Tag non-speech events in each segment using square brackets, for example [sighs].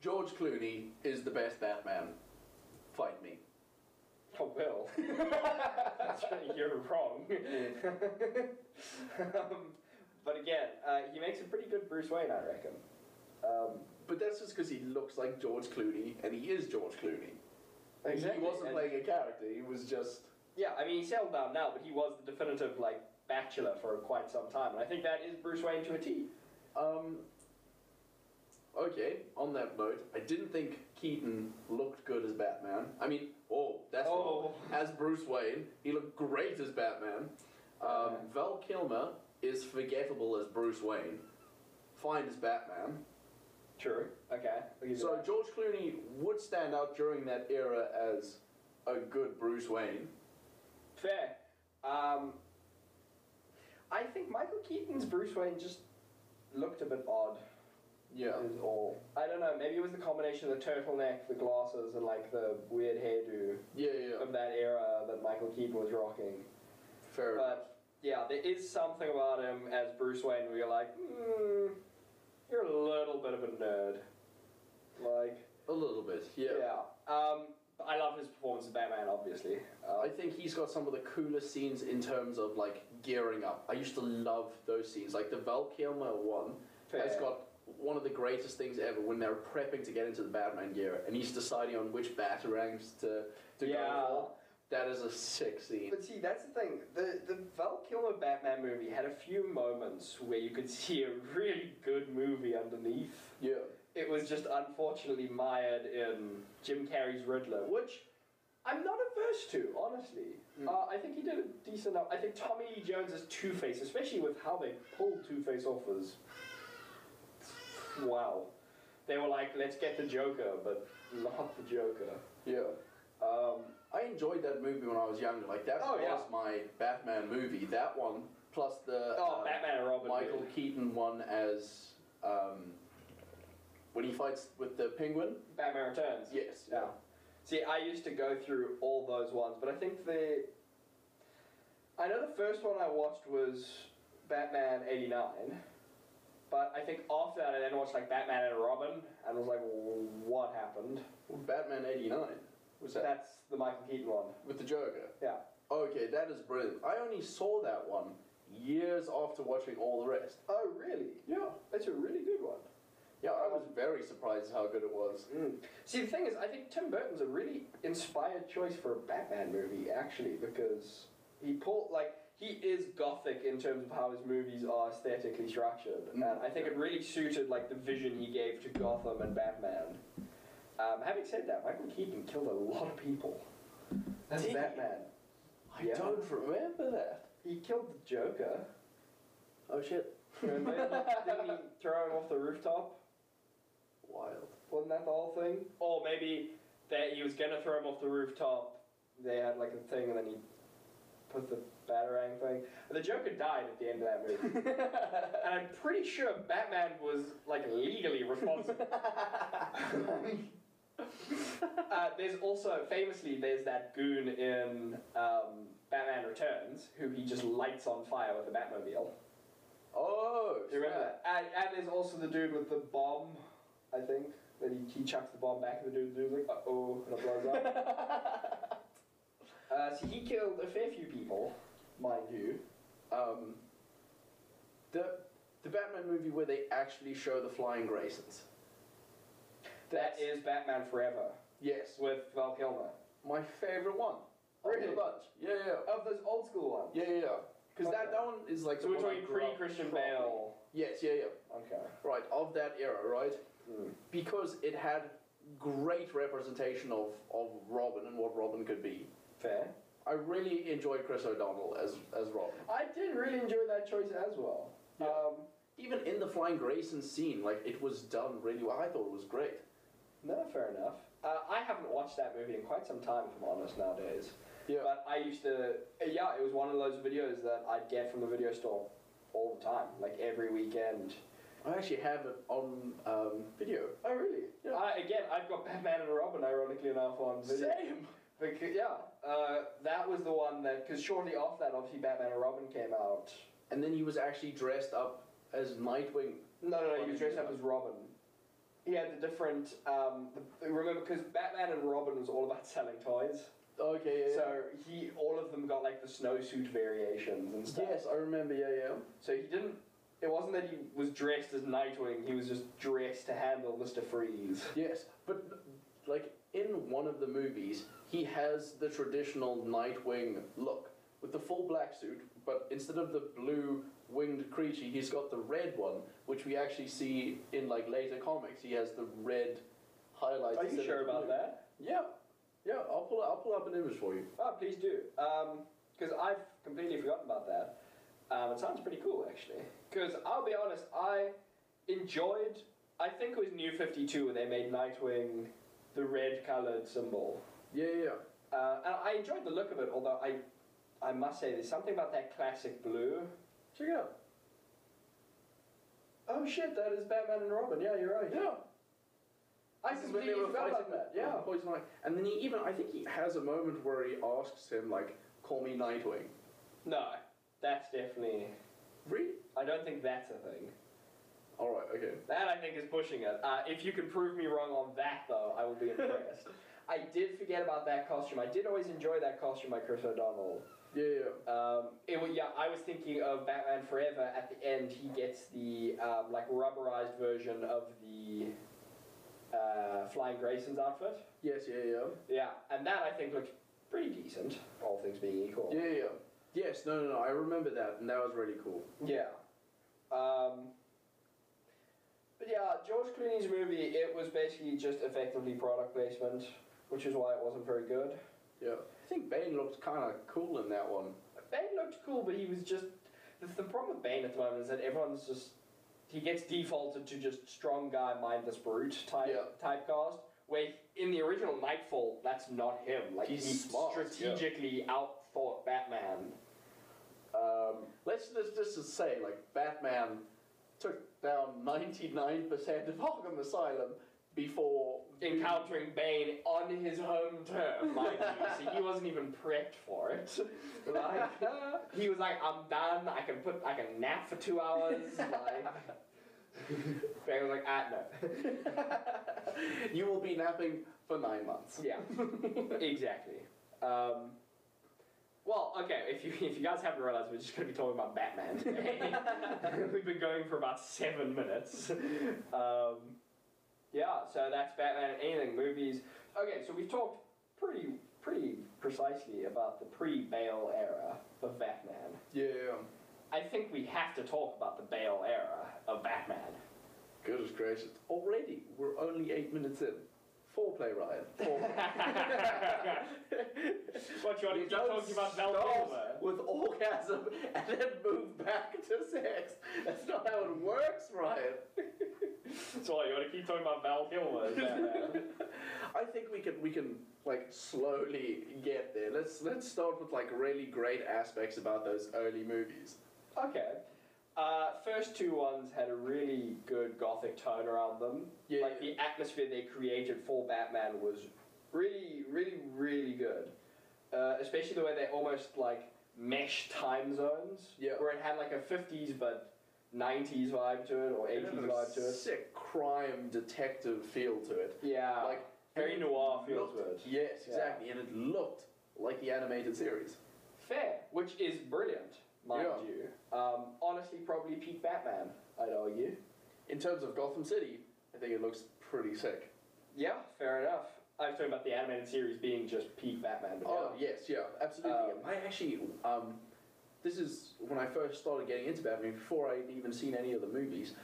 George Clooney is the best Batman. Fight me. Oh, well. [laughs] That's right, you're [laughs] wrong. um, but again, uh, he makes a pretty good Bruce Wayne, I reckon. Um, But that's just because he looks like George Clooney, and he is George Clooney. exactly, He wasn't and- playing a character. He was just. Yeah, I mean, he's hellbound now, but he was the definitive, like, bachelor for quite some time. And I think that is Bruce Wayne to a T. Um. Okay. On that note, I didn't think Keaton looked good as Batman. I mean, oh, that's Oh. wrong. As Bruce Wayne, he looked great as Batman. Um, Val Kilmer is forgettable as Bruce Wayne. Fine as Batman. True. Okay. I'll give you So that. George Clooney would stand out during that era as a good Bruce Wayne. Fair. Um, I think Michael Keaton's Bruce Wayne just looked a bit odd. Yeah. Is all. I don't know. Maybe it was the combination of the turtleneck, the glasses, and like the weird hairdo Yeah, yeah. of that era that Michael Keaton was rocking. Fair enough. But yeah, there is something about him as Bruce Wayne where you're like, hmm, you're a little bit of a nerd. Like, A little bit, yeah. yeah. Um, I love his performance as Batman, obviously. Uh, I think he's got some of the coolest scenes in terms of like gearing up. I used to love those scenes. Like the Val Kilmer one has Fair. got one of the greatest things ever when they're prepping to get into the Batman gear and he's deciding on which batarangs to, to Yeah. go for. That is a sick scene. But see, that's the thing. The the Val Kilmer Batman movie had a few moments where you could see a really good movie underneath. yeah. It was just unfortunately mired in Jim Carrey's Riddler, which I'm not averse to, honestly. Hmm. Uh, I think he did a decent. enough- I think Tommy Lee Jones's Two Face, especially with how they pulled Two Face off, was wow. They were like, let's get the Joker, but not the Joker. Yeah. Um, I enjoyed that movie when I was younger. Like that Oh, was yeah. my Batman movie. That one plus the oh, uh, Batman and Robin. Michael dude. Keaton one as um, when he fights with the Penguin. Batman Returns. Yes. Yeah. See, I used to go through all those ones, but I think the. I know the first one I watched was Batman 89, but I think after that I then watched like Batman and Robin and was like, what happened? Well, Batman '89 was that That's the Michael Keaton one. with the Joker. Yeah. Okay, that is brilliant. I only saw that one years after watching all the rest. Oh, really? Yeah. That's a really good one. Yeah, I was very surprised how good it was. Mm. See, the thing is, I think Tim Burton's a really inspired choice for a Batman movie, actually, because he pulled like he is gothic in terms of how his movies are aesthetically structured, and I think it really suited like the vision he gave to Gotham and Batman. Um, having said that, Michael Keaton killed a lot of people. That's Did he? Batman. I Yeah. don't remember that. He killed the [laughs] Joker. Oh shit. Remember? Didn't he throw him off the rooftop? [laughs] Wild. Wasn't that the whole thing? Or maybe that he was gonna throw him off the rooftop. They had like a thing, and then he put the batarang thing. The Joker died at the end of that movie, [laughs] and I'm pretty sure Batman was like legally [laughs] responsible. uh, there's also famously there's that goon in um, Batman Returns who he just lights on fire with a Batmobile. Oh. Do you remember snap. that? And, and there's also the dude with the bomb, I think. That he, he chucks the bomb back at the dude, the dude's like, uh oh, and it blows [laughs] up. uh, so he killed a fair few people, mind you. um, the the Batman movie where they actually show the flying Graysons. That is Batman Forever yes, with Val Kilmer. my favorite one. Of Really? the bunch. Yeah, yeah, Of those old school ones. yeah, yeah. yeah. Because that, Okay. that one is like. So the we're one I talking grew up pre Christian properly. Bale. Yes, yeah, yeah. Okay. Right of that era, right? Hmm. Because it had great representation of of Robin and what Robin could be. Fair. I really enjoyed Chris O'Donnell as as Robin. I did really enjoy that choice as well. Yeah. Um, Even in the Flying Grayson scene, like it was done really well. I thought it was great. No, fair enough. Uh, I haven't watched that movie in quite some time, if I'm honest, nowadays. Yeah. But I used to, uh, yeah, it was one of those videos that I'd get from the video store all the time, like every weekend. I actually have it on um, video. Oh, really? Yeah. I, again, I've got Batman and Robin, ironically enough, on video. Because, yeah, uh, that was the one that, because shortly after that, obviously, Batman and Robin came out. And then he was actually dressed up as Nightwing. No, no, no, he was dressed up as Robin. he had the different. Um, the, remember, because Batman and Robin was all about selling toys. Okay, yeah, yeah. So he, all of them got like the snowsuit variations and stuff. yes, I remember. Yeah, yeah. So he didn't. It wasn't that he was dressed as Nightwing. He was just dressed to handle Mister Freeze. Yes, but like in one of the movies, he has the traditional Nightwing look with the full black suit, but instead of the blue winged creature, he's got the red one, which we actually see in like later comics. He has the red highlights. Are you instead of sure the about blue. that? Yeah, yeah. I'll pull. I'll pull up an image for you. Oh, please do. Because I've completely forgotten about that. Um, it sounds pretty cool, actually. Because I'll be honest, I enjoyed. I think it was New 52 when they made Nightwing the red colored symbol. Yeah, yeah. yeah. Uh, and I enjoyed the look of it, although I, I must say, there's something about that classic blue. Check it out. Oh shit, that is Batman and Robin. Yeah, you're right. Yeah. I This is when completely they were forgot about fighting that. yeah, Yeah. Poison Ivy. And then he even, I think he has a moment where he asks him, like, call me Nightwing. No, that's definitely. Really? I don't think that's a thing. Alright, okay. That I think is pushing it. Uh, if you can prove me wrong on that, though, I will be impressed. I did forget about that costume. I did always enjoy that costume by Chris O'Donnell. Yeah, yeah. Um, it wa yeah, I was thinking of Batman Forever. At the end, he gets the um, like rubberized version of the uh, Flying Grayson's outfit. Yes, yeah, yeah. Yeah, and that I think looked pretty decent, all things being equal. Yeah, yeah. Yes, no, no, no, I remember that, and that was really cool. Yeah. Um, but yeah, George Clooney's movie, it was basically just effectively product placement, which is why it wasn't very good. Yeah. I think Bane looked kind of cool in that one. Bane looked cool, but he was just. The, the problem with Bane at the moment is that everyone's just. He gets defaulted to just strong guy, mindless brute type Yeah. typecast. Where in the original Nightfall, that's not him. Like He's he smart, yeah. strategically outthought Batman. Um, let's just, just to say, like, Batman took down 99% of Arkham Asylum before. encountering Bane on his home turf, mind you. So he wasn't even prepped for it. Like he was like, I'm done. I can put, I can nap for two hours. Like [laughs] Bane was like, ah no. [laughs] you will be napping for nine months. [laughs] Yeah, exactly. Um, well, okay. If you if you guys haven't realized, we're just going to be talking about [laughs] Batman. Today. We've been going for about seven minutes. Um, yeah, so that's Batman. Anything movies? Okay, so we've talked pretty pretty precisely about the pre Bale era of Batman. Yeah. I think we have to talk about the Bale era of Batman. [laughs] Goodness gracious. Already, we're only eight minutes in. Foreplay, Ryan. [laughs] Foreplay. What you want to You keep don't talking about Val start Kilmer? With orgasm and then move back [laughs] to sex. That's not how it works, Ryan. So you want to keep talking about Val Kilmer? as Batman? [laughs] I think we can we can like slowly get there. Let's let's start with like really great aspects about those early movies. [laughs] Okay. Uh, first two ones had a really good gothic tone around them. Yeah, like the atmosphere they created for Batman was really, really, really good. Uh, especially the way they almost like mesh time zones. Yeah. Where it had like a fifties but nineties vibe to it or It eighties had a vibe to it. Sick crime detective feel to it. Yeah. Like very noir feel looked- to it. Yes, Yeah. exactly, and it looked like the animated series. Fair, which is brilliant, mind Yeah. you. Um, honestly, probably peak Batman. I'd argue. In terms of Gotham City, I think it looks pretty sick. Yeah, fair enough. I was talking about the animated series being just peak Batman. but Oh yeah. yes, yeah, absolutely. Um, I actually, um, this is when I first started getting into Batman. Before I'd even seen any of the movies,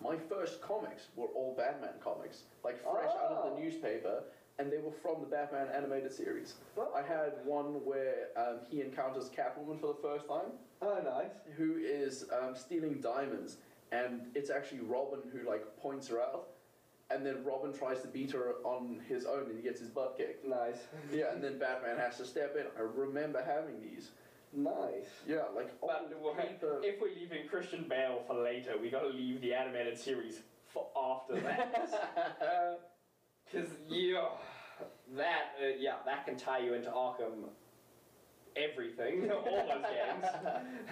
my first comics were all Batman comics, like fresh out of Oh. the newspaper, and they were from the Batman animated series. I had one where um, he encounters Catwoman for the first time, Oh, nice. who is um, stealing diamonds, and it's actually Robin who like points her out, and then Robin tries to beat her on his own, and he gets his butt kicked. Nice. [laughs] Yeah, and then Batman has to step in. I remember having these. Nice. Yeah, like But old paper. if we're leaving Christian Bale for later, we gotta leave the animated series for after that. [laughs] Because, yeah, that, uh, yeah, that can tie you into Arkham everything, [laughs] all those games,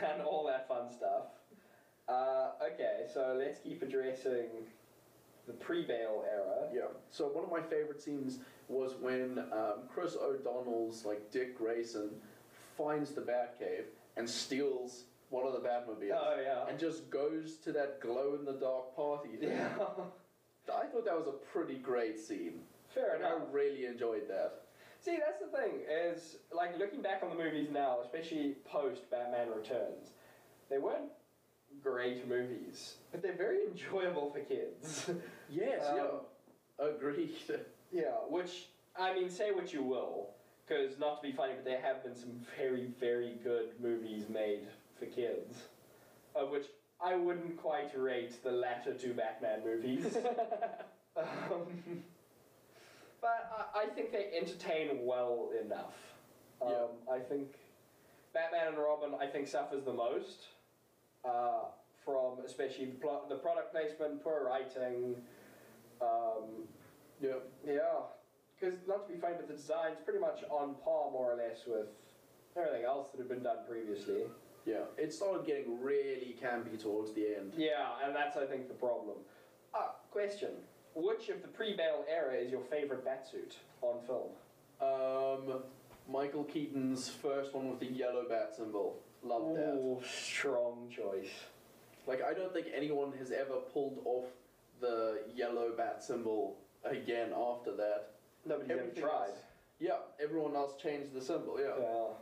and all that fun stuff. Uh, okay, so let's keep addressing the pre-Bale era. Yeah. So one of my favorite scenes was when um, Chris O'Donnell's like Dick Grayson finds the Batcave and steals one of the Batmobiles Oh yeah. and just goes to that glow in the dark party. Thing. [laughs] Yeah. I thought that was a pretty great scene. Fair And I enough. really enjoyed that. See, that's the thing is like looking back on the movies now, especially post Batman Returns, they weren't great movies, but they're very [laughs] enjoyable for kids. Yes. Um, yeah. Agreed. [laughs] Yeah, which I mean, say what you will, because not to be funny, but there have been some very, very good movies made for kids, of which I wouldn't quite rate the latter two Batman movies. um, but I, I think they entertain well enough. Um, I think Batman and Robin, I think, suffers the most uh, from especially the, plot, the product placement, poor writing. Um, yeah. yeah, because not to be funny, but the design's pretty much on par, more or less, with everything else that had been done previously. Yeah. It started getting really campy towards the end. Yeah, and that's I think the problem. Ah, question: Which of the pre-Bale era is your favorite batsuit on film? Um, Michael Keaton's first one with the yellow bat symbol. Love that. Ooh, strong choice. Like I don't think anyone has ever pulled off the yellow bat symbol again after that. Nobody's ever Everything tried. else. Yeah, everyone else changed the symbol. Yeah. Well,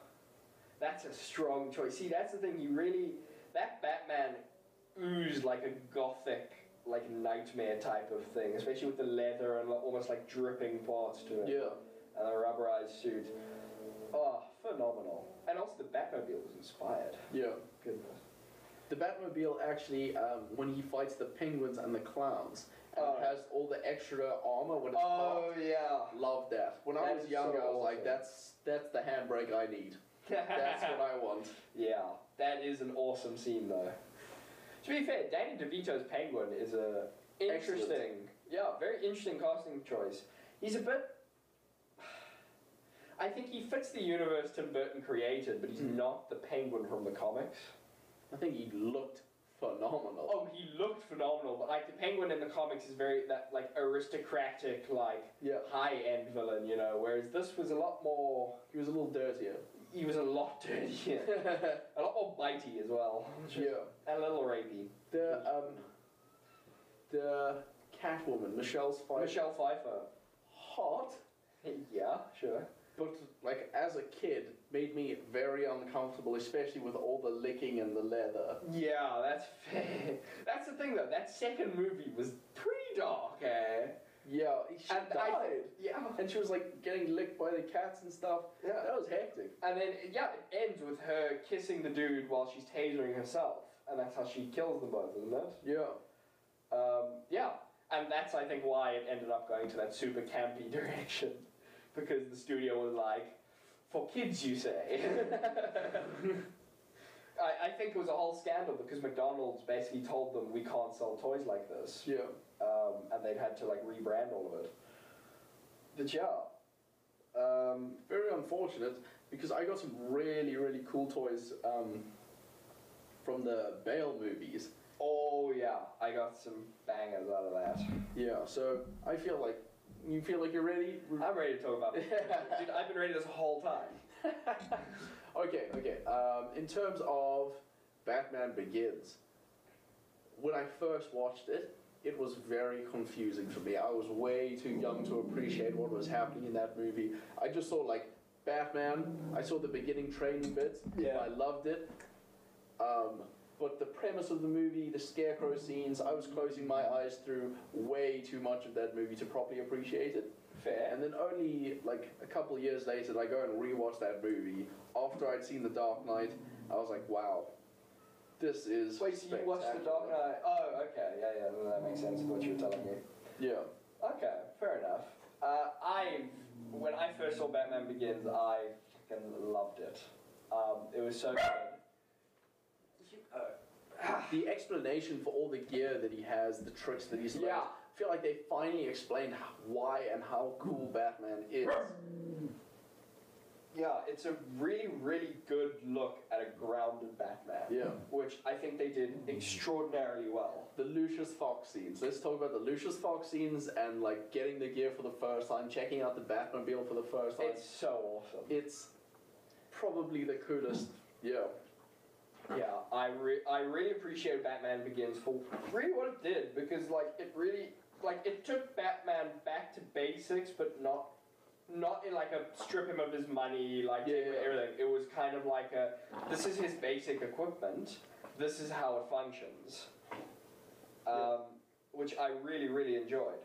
that's a strong choice. See, that's the thing. You really that Batman oozed like a gothic, like nightmare type of thing, especially with the leather and like, almost like dripping parts to it, Yeah. and the rubberized suit. Oh, phenomenal! And also the Batmobile was inspired. Yeah. Goodness. The Batmobile actually, um, when he fights the penguins and the clowns, and Oh. it has all the extra armor when it's Oh [laughs] parked. yeah. Love that. When I That was is younger, so I was like, awesome. "That's that's the handbrake I need. That's what I [laughs] want." Yeah, that is an awesome scene though. To be fair, Danny DeVito's Penguin is a interesting, yeah, very interesting casting choice. He's a bit. I think he fits the universe Tim Burton created, but he's Mm. not the Penguin from the comics. I think he looked phenomenal. Oh, he looked phenomenal, but like the Penguin in the comics is very that like aristocratic, like Yeah. high end villain, you know. Whereas this was a lot more. He was a little [laughs] dirtier. He was a lot [laughs] dirtier, a lot more bitey as well, [laughs] yeah. and a little rapey. The um, the Catwoman, Michelle's fight, Michelle Pfeiffer. hot, Yeah, sure. but like as a kid, made me very uncomfortable, especially with all the licking and the leather. Yeah, that's fair. [laughs] That's the thing though. That second movie was pretty dark, eh? Yeah, she And died, I, yeah, and she was like getting licked by the cats and stuff. Yeah. that was hectic. and then yeah, it ends with her kissing the dude while she's tasering herself, and that's how she kills them both, isn't it? Yeah, Um, yeah, and that's I think why it ended up going to that super campy [laughs] direction, because the studio was like, for kids, you say. [laughs] I, I think it was a whole scandal because McDonald's basically told them we can't sell toys like this, yeah, um, and they'd had to like rebrand all of it. But yeah, um, very unfortunate because I got some really really cool toys um, from the Bale movies. oh yeah, I got some bangers out of that. Yeah, so I feel like you feel like you're ready. I'm ready to talk about it. Dude, I've been ready this whole time. Okay, okay. Um, in terms of Batman Begins, when I first watched it, it was very confusing for me. I was way too young to appreciate what was happening in that movie. I just saw like Batman. I saw the beginning training bits. Yeah. I loved it. Um, but the premise of the movie, the scarecrow scenes, I was closing my eyes through way too much of that movie to properly appreciate it. Fair. And then only like a couple of years later, did I go and rewatch that movie after I'd seen The Dark Knight. I was like, wow, this is. Wait, so you watched The Dark spectacular. Knight? Oh, okay, yeah, yeah, no, that makes sense. What you were telling me. Yeah. Okay, fair enough. Uh, I, when I first saw Batman Begins, I fucking loved it. Um, it was so good. You- oh. The explanation for all the gear that he has, the tricks that he's learned, Yeah. I feel like they finally explained h- why and how cool Batman is. yeah, it's a really, really good look at a grounded Batman. Yeah. Which I think they did extraordinarily well. The Lucius Fox scenes. Let's talk about the Lucius Fox scenes and like getting the gear for the first time, checking out the Batmobile for the first time. It's so awesome. It's probably the coolest. Yeah. Yeah, I re- I really appreciate Batman Begins for really what it did because like it really like it took Batman back to basics, but not not in like a strip him of his money, like Yeah, take yeah. everything. It was kind of like a this is his basic equipment. This is how it functions, um, which I really really enjoyed.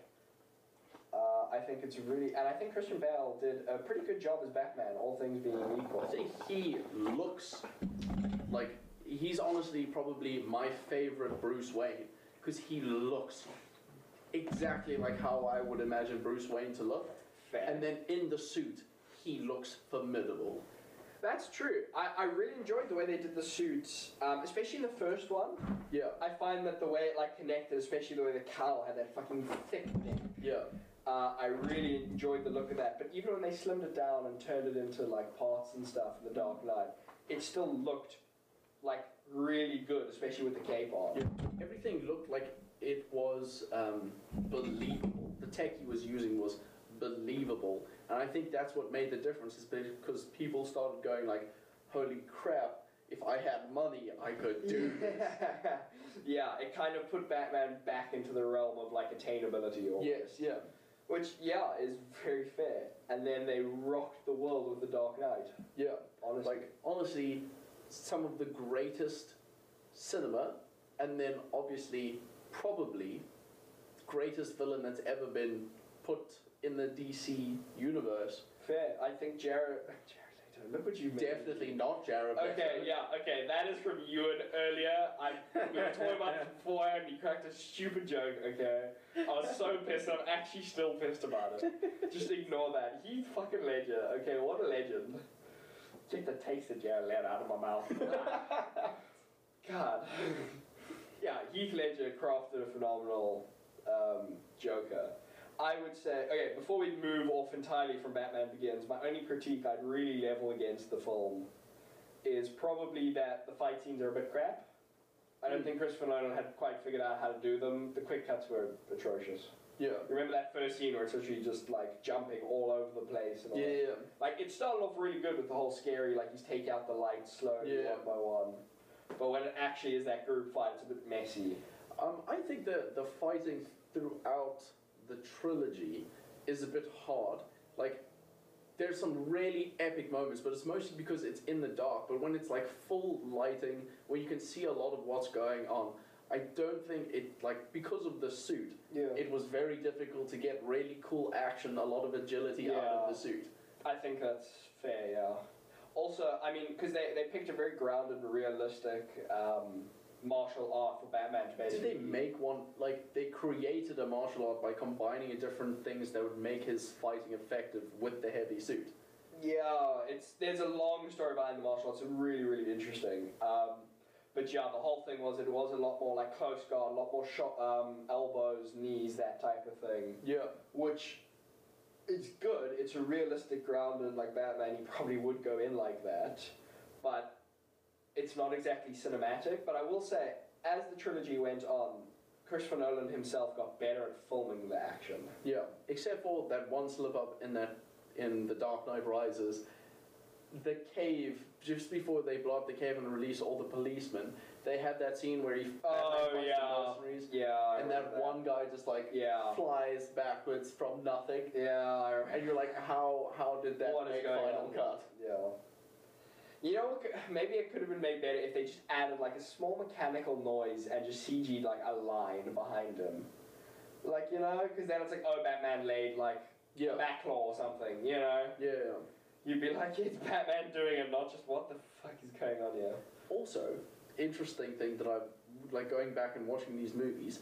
Uh, I think it's really, and I think Christian Bale did a pretty good job as Batman, all things being equal. I think he looks like he's honestly probably my favorite Bruce Wayne because he looks exactly like how I would imagine Bruce Wayne to look. Fair. And then in the suit, he looks formidable. That's true. I, I really enjoyed the way they did the suits, um, especially in the first one. Yeah, I find that the way it like connected, especially the way the cowl had that fucking thick neck. yeah, Uh, I really enjoyed the look of that. But even when they slimmed it down and turned it into like parts and stuff in the Dark Knight, it still looked like really good, especially with the [laughs] cape on. yeah. Everything looked like it was um, believable. The tech he was using was believable, and I think that's what made the difference. Is because people started going like, "Holy crap! If I had money, I could do." [laughs] this." yeah, it kind of put Batman back into the realm of like attainability. Or Yes, yeah. Which, yeah, is very fair. And then they rocked the world with The Dark Knight, Yeah, honestly. like honestly, some of the greatest cinema, and then obviously, probably, greatest villain that's ever been put in the DC universe. fair. I think Jared. [laughs] Jared Leto, look what you made. Definitely not Jared. Okay, Leto. yeah, okay, that is from Ewan earlier. I, we were talking about this beforehand, you cracked a stupid joke, okay? I was so pissed, I'm actually still pissed about it. Just ignore that. He's fucking legend, okay? What a legend. Get the taste of Jared Leto out of my mouth. [laughs] God. yeah, Heath Ledger crafted a phenomenal um, Joker. I would say, okay, before we move off entirely from Batman Begins, my only critique I'd really level against the film is probably that the fight scenes are a bit crap. I don't Mm. think Christopher Nolan had quite figured out how to do them. The quick cuts were atrocious. yeah, Remember that first scene where it's literally just like jumping all over the place and all yeah, that? yeah. Like it started off really good with the whole scary, like he's take out the lights slowly Yeah. one by one. But when it actually is that group fight, it's a bit messy. Um, I think the the fighting throughout the trilogy is a bit hard. Like, there's some really epic moments, but it's mostly because it's in the dark. But when it's like full lighting, where you can see a lot of what's going on, I don't think it like because of the suit, Yeah. it was very difficult to get really cool action, a lot of agility out of Yeah. the suit. I think that's fair, yeah. Also, I mean, because they, they picked a very grounded, realistic um, martial art for Batman to Did basically. they make one like they created a martial art by combining different things that would make his fighting effective with the heavy suit? Yeah, it's there's a long story behind the martial arts. It's really, really interesting. Um, but yeah, the whole thing was it was a lot more like close guard, a lot more shot, um, elbows, knees, that type of thing. Yeah. which is good. It's a realistic grounded like Batman. He probably would go in like that, but it's not exactly cinematic. But I will say, as the trilogy went on, Christopher Nolan himself got better at filming the action. Yeah, except for that one slip up in that in the Dark Knight Rises, the cave just before they blow up the cave and release all the policemen. They had that scene where he Oh, Batman fights yeah. the mercenaries, Yeah, I and that, remember one guy just like Yeah. flies backwards from nothing, Yeah, I remember. and you're like, how how did that What is make going final on? cut? Yeah. You know, what could- maybe it could have been made better if they just added like a small mechanical noise and just CG like a line behind him. Like, you know, because then it's like, oh, Batman laid like Yeah. back claw or something, you know? Yeah. You'd be like, [laughs] it's Batman doing it, not just what the fuck is going on here. Also, interesting thing that I've like going back and watching these movies,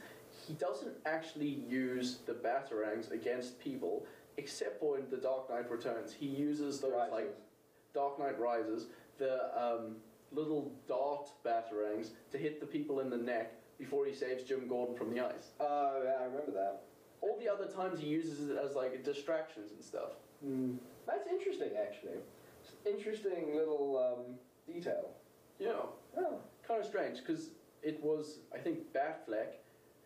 he doesn't actually use the batarangs against people, except for in The Dark Knight Returns. He uses those Rises. like Dark Knight Rises, the um, little dart batarangs to hit the people in the neck before he saves Jim Gordon from the ice. Oh, yeah, I remember that. All the Hmm. other times he uses it as like distractions and stuff. That's interesting, actually. interesting little um, detail. Yeah. Oh, kind of strange because it was, I think, Batfleck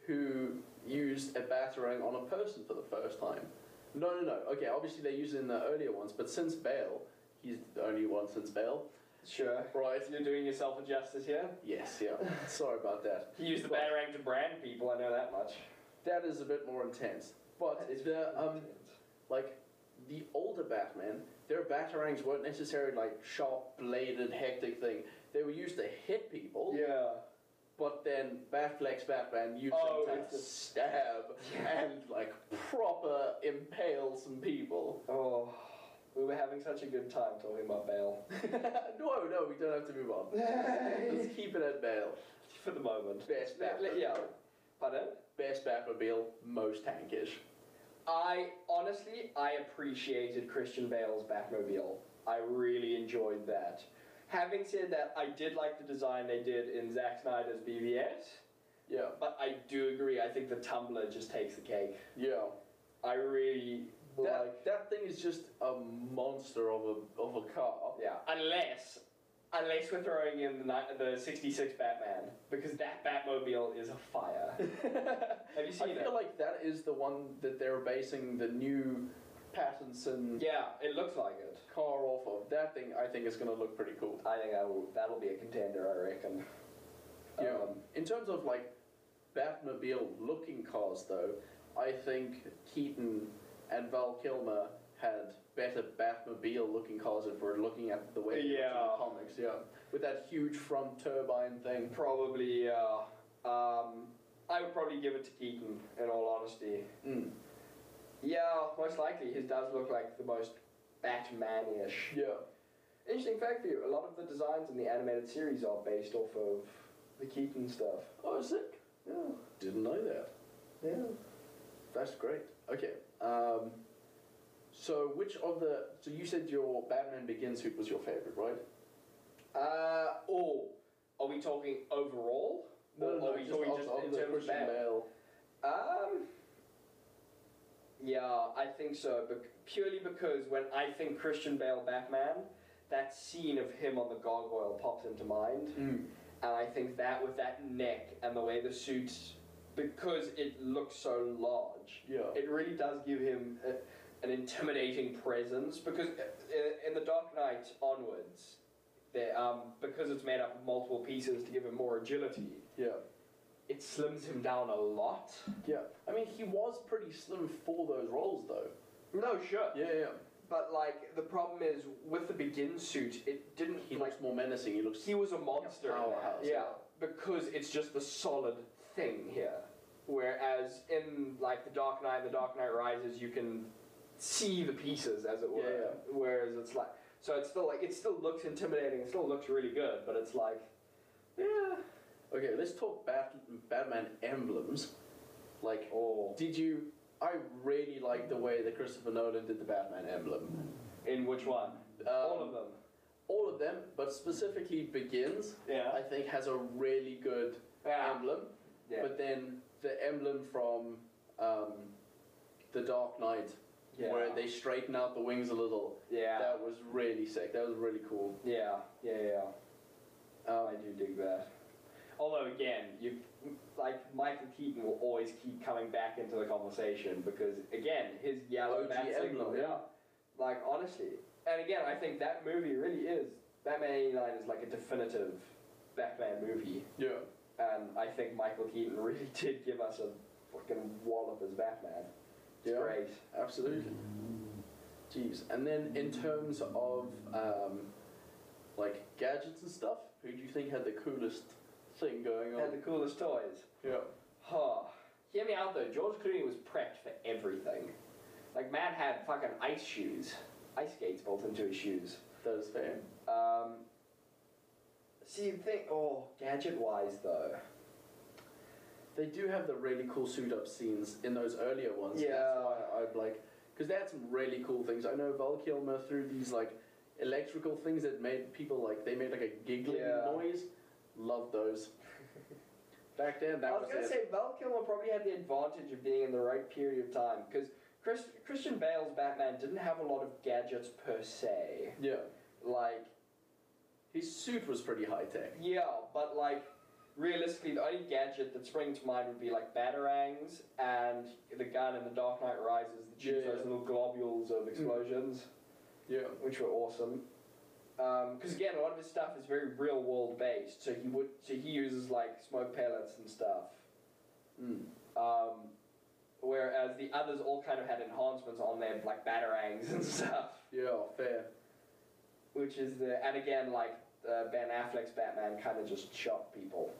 who used a batarang on a person for the first time. No, no, no. Okay, obviously they used it in the earlier ones, but since Bale, he's the only one since Bale, sure. right? You're doing yourself a justice here. Yes, yeah. Sorry about that. He used the Well- batarang to brand people. I know that much. That is a bit more intense. But That is the um, like the older Batman, their batarangs weren't necessarily like sharp bladed, hectic thing. They were used to hit people. yeah. But then Batflex Batman used Oh, them it's to a- stab and like proper impale some people. [laughs] Oh, we were having such a good time talking about Bale. no, no, we don't have to move on. Let's [laughs] keep it at Bale. [laughs] For the moment. Best Le- le- Batmobile. yeah. Pardon? Best Batmobile, most tankish. I honestly, I appreciated Christian Bale's Batmobile. I really enjoyed that. Having said that, I did like the design they did in Zack Snyder's BVS, Yeah, but I do agree. I think the tumbler just takes the cake. yeah. I really That, like. that thing is just a monster of a of a car. Yeah, unless unless we're throwing in the ni- the '66 Batman because that Batmobile is a [laughs] fire. [laughs] Have you I seen it? feel like that is the one that they're basing the new Pattinson yeah, it looks like it. car off of. That thing I think is going to look pretty cool. I think I will, that'll be a contender. I reckon. Yeah. Um, in terms of like Batmobile looking cars, though, I think Keaton and Val Kilmer had better Batmobile looking cars if we're looking at the way they looked in Yeah. the comics. Yeah, with that huge front turbine thing. Probably, uh, um, I would probably give it to Keaton, in all honesty. Mm. Yeah, most likely his does look like the most Batman-ish. Yeah. Interesting fact for you, a lot of the designs in the animated series are based off of the Keaton stuff. Oh, sick. Yeah, Didn't know that. yeah. That's great. Okay. Um, so which of the so you said your Batman Begins suit was your favorite, right? Uh, oh, are we talking overall? or are we talking of- just of in the terms Christian of Batman? Bale. Um, yeah, I think so. Bec- purely because when I think Christian Bale Batman, that scene of him on the gargoyle pops into mind, Mm. and I think that with that neck and the way the suit, because it looks so large, Yeah. it really does give him a, an intimidating presence. Because i- in the Dark Knight onwards, there, um, because it's made up of multiple pieces to give him more agility, Yeah. it slims him down a lot. Yeah, I mean, he was pretty slim for those roles, though. No, sure. Yeah, yeah. But like the problem is with the begin suit, it didn't He like looks more menacing. He looks. he was a monster. in that. powerhouse. Yeah, because it's just the solid thing here. Whereas in like the Dark Knight, the Dark Knight Rises, you can see the pieces as it were. Yeah, yeah. Whereas it's like so it's still like it still looks intimidating. It still looks really good, but it's like yeah. Okay, let's talk Bat- Batman emblems. Like, Oh, did you? I really like the way that Christopher Nolan did the Batman emblem. in which one? Um, All of them. All of them, but specifically Begins, Yeah. I think has a really good Yeah. emblem. Yeah. But then the emblem from um, the Dark Knight, yeah. where they straighten out the wings a little, yeah. that was really sick. That was really cool. yeah. Yeah. Yeah. Um, I do dig that. Although again, you like Michael Keaton will always keep coming back into the conversation because again, his yellow OG bat signal, emblem, yeah. Like honestly, and again, I think that movie really is Batman '89 is like a definitive Batman movie, yeah. and I think Michael Keaton [laughs] really did give us a fucking wallop as Batman. It's Yeah. great. Absolutely. Jeez. And then in terms of um, like gadgets and stuff, who do you think had the coolest thing going on? And the coolest toys. yeah. Huh. Hear me out though. George Clooney was prepped for everything. Like Matt had fucking ice shoes, ice skates built into his shoes. That is fair. Um, see, the thing. Oh, gadget wise though. [laughs] They do have the really cool suit up scenes in those earlier ones. and Yeah. That's why I'd like, because they had some really cool things. I know Val Kilmer threw these like electrical things that made people like, they made like a giggling Yeah. noise. Love those. Back then, that I was, was, gonna it. say Val Kilmer probably had the advantage of being in the right period of time because Chris, Christian Bale's Batman didn't have a lot of gadgets per se. yeah. Like, His suit was pretty high tech. yeah, but like, realistically, the only gadget that's springing to mind would be like batarangs and the gun in The Dark Knight Rises that shoots Yeah. Mm. those little globules of explosions, Yeah. which were awesome. Because again, a lot of his stuff is very real world based, so he would so he uses like smoke pellets and stuff. Mm. Um, whereas the others all kind of had enhancements on them, like batarangs and [laughs] stuff. Yeah, fair. Which is the and again like uh, Ben Affleck's Batman kind of just shot people,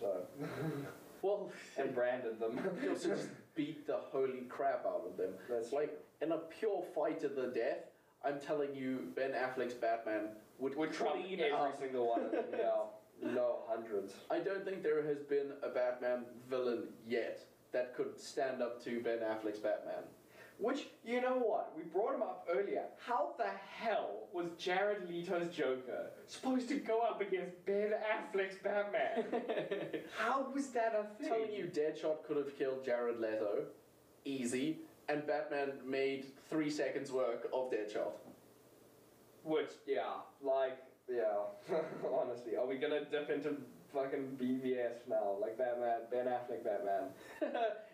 so [laughs] Well, and [laughs] branded them. he also just beat the holy crap out of them. That's Like, in a pure fight to the death, I'm telling you, Ben Affleck's Batman would, would trump clean every up. single one of [laughs] them. Yeah, no hundreds. I don't think there has been a Batman villain yet that could stand up to Ben Affleck's [laughs] Batman. Which you know what? We brought him up earlier. How the hell was Jared Leto's Joker supposed to go up against Ben Affleck's [laughs] Batman? How was that a thing? telling you Deadshot could have killed Jared Leto, easy, and Batman made three seconds work of Deadshot. Which, yeah, like, yeah, [laughs] honestly, are we gonna dip into fucking BVS now? Like Batman, Ben Affleck Batman.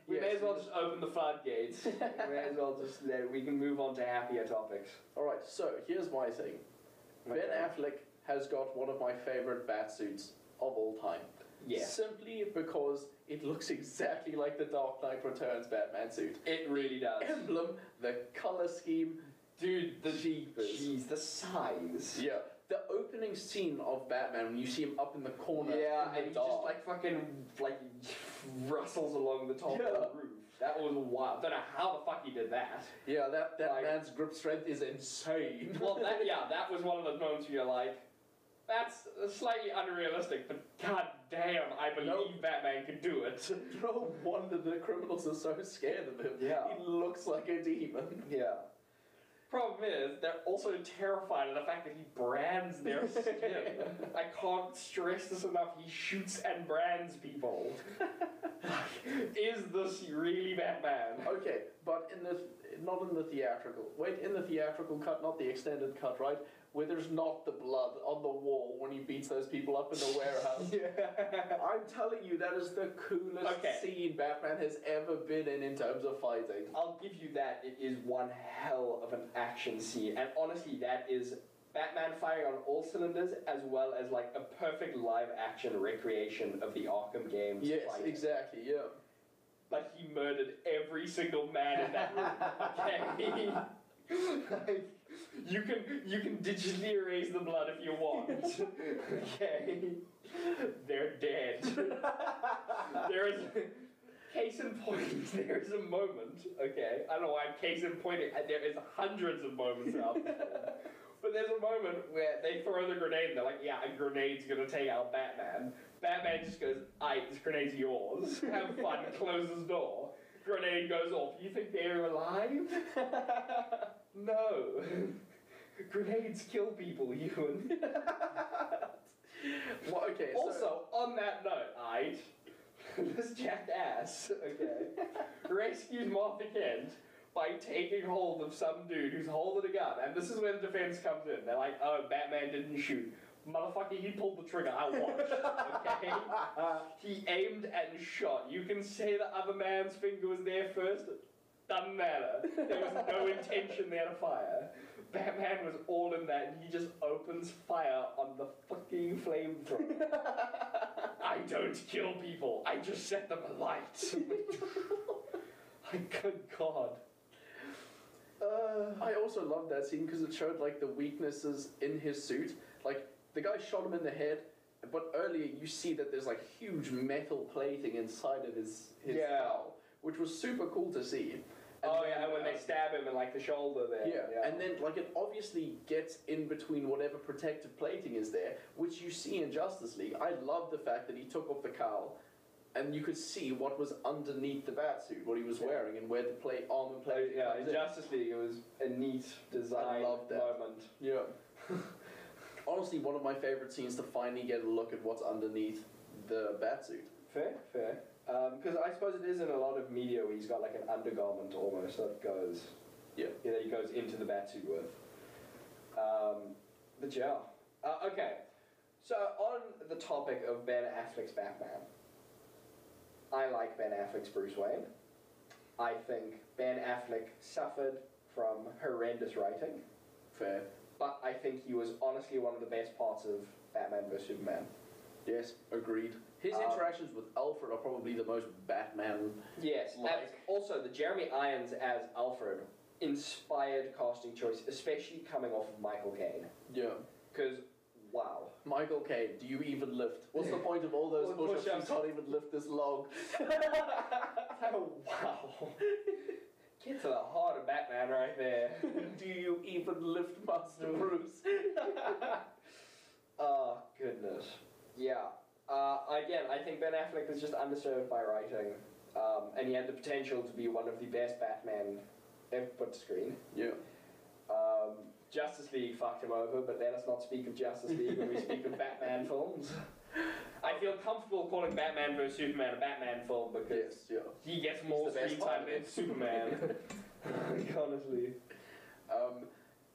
we may Yes, as well we- just open the [laughs] floodgates. we may as well just let, we can move on to happier topics. Alright, so here's my thing. Ben Okay. Affleck has got one of my favorite bat suits of all time. Yeah. Simply because it looks exactly like the Dark Knight Returns Batman suit. It really does. Emblem, the color scheme, Dude, the Jeepers. Jeez, the size. yeah. The opening scene of Batman when you see him up in the corner Yeah, in and the he dark. just like fucking like rustles along the top of Yeah. the roof. That was wild. Don't know how the fuck he did that. yeah, that, that like- man's grip strength is insane. [laughs] Well, [laughs] that, yeah, that was one of those moments where you're like, that's slightly unrealistic, but god damn, I believe Nope. Batman could do it. No wonder the criminals are so scared of him. Yeah. He looks like a demon. [laughs] Yeah. Problem is, they're also terrified of the fact that he brands [laughs] their skin. [laughs] I can't stress this enough. He shoots and brands people. is this really Batman? Okay, but in the not in the theatrical. Wait, in the theatrical cut, not the extended cut, right? Where there's not the blood on the wall when he beats those people up in the warehouse. [laughs] Yeah. I'm telling you, that is the coolest Okay. scene Batman has ever been in in terms of fighting. [laughs] I'll give you that. It is one hell of an action scene, and honestly, that is Batman firing on all cylinders, as well as like a perfect live-action recreation of the Arkham games. Yes, fight. exactly. Yeah. But he murdered every single man in that room. Okay. Like, you can you can digitally erase the blood if you want. okay. They're dead. there is case in point. [laughs] There is a moment. Okay. I don't know why I'm case in point. and There is hundreds of moments out [laughs] there. But there's a moment where they throw the grenade and they're like, yeah, a grenade's gonna take out Batman. Batman just goes, I, this grenade's yours. [laughs] Have fun, closes door. Grenade goes off. You think they're alive? [laughs] no. [laughs] Grenades kill people, Ewan. Well, okay. so- also, on that note, I. [laughs] This jackass, [laughs] okay, rescues Martha Kent by taking hold of some dude who's holding a gun. And this is where the defense comes in. They're like, oh, Batman didn't shoot. Motherfucker, he pulled the trigger. I [laughs] watched. Okay? He aimed and shot. You can say the other man's finger was there first. Doesn't matter. There was [laughs] no intention there to fire. Batman was all in that, and he just opens fire on the fucking flamethrower. [laughs] I don't kill people. I just set them [laughs] alight. My good God. Uh, I also loved that scene because it showed like the weaknesses in his suit. Like the guy shot him in the head, but earlier you see that there's like huge metal plating inside of his his Yeah. skull, which was super cool to see. And oh then, yeah, and when uh, they stab him in like the shoulder there. yeah. and then like it obviously gets in between whatever protective plating is there, which you see in Justice League. I love the fact that he took off the cowl, and you could see what was underneath the bat suit, what he was Yeah. wearing, and where the plate armor Uh, plate. yeah, in Justice League, it was a neat design love that. moment. Yeah. [laughs] Honestly, one of my favorite scenes to finally get a look at what's underneath the batsuit. Fair, fair. Because I suppose it is in a lot of media where he's got like an undergarment almost that goes, Yeah. that he goes into the batsuit with. Um, The Jar. Uh, okay, so on the topic of Ben Affleck's Batman, I like Ben Affleck's Bruce Wayne. I think Ben Affleck suffered from horrendous writing, Fair. but I think he was honestly one of the best parts of Batman vs Superman. Yes, agreed. His Um, interactions with Alfred are probably the most Batman. Yes, Like- and also the Jeremy Irons as Alfred inspired casting choice, especially coming off of Michael Caine, Yeah. because wow. [laughs] Michael Caine, do you even lift? What's the point of all those Well, push-ups? push-ups. You can't even lift this log. oh, wow. Get to the heart of Batman right there. [laughs] [laughs] do you even lift, Master No. Bruce? oh, goodness. Yeah. Uh, again, I think Ben Affleck was just underserved by writing, um, and he had the potential to be one of the best Batman ever put to screen. Yeah. Um, Justice League fucked him over, but let us not speak of Justice League when we speak of [laughs] Batman films. I feel comfortable calling Batman vs Superman a Batman film because Yes. Yeah. he gets He's more the best screen time part of than it. Superman. [laughs] [laughs] Honestly. Um,